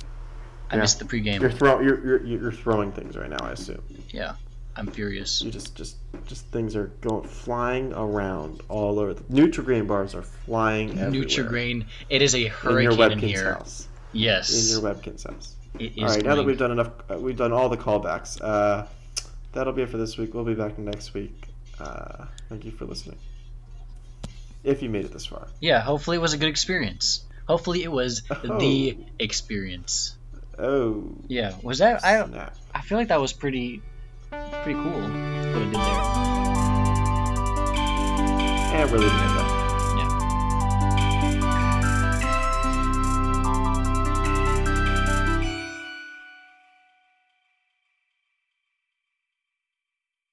S1: I
S2: Yeah.
S1: missed the
S2: You're
S1: pregame.
S2: throw you're, you're you're throwing things right now. I assume
S1: Yeah, I'm furious.
S2: you just just just things are going flying around all over. The, Nutrigrain bars are flying everywhere.
S1: Nutrigrain. It is a
S2: in your
S1: hurricane in,
S2: Webkin's
S1: here.
S2: house. In
S1: Yes,
S2: your Webkin's house.
S1: it
S2: All
S1: is.
S2: right, now that
S1: going.
S2: we've done enough, uh, we've done all the callbacks. Uh, that'll be it for this week. We'll be back next week. Uh, thank you for listening. If you made it this far,
S1: Yeah, hopefully it was a good experience. Hopefully it was the experience.
S2: oh
S1: Yeah, was that? I
S2: snap!
S1: I feel like that was pretty pretty cool. What I did there.
S2: And we're leaving it.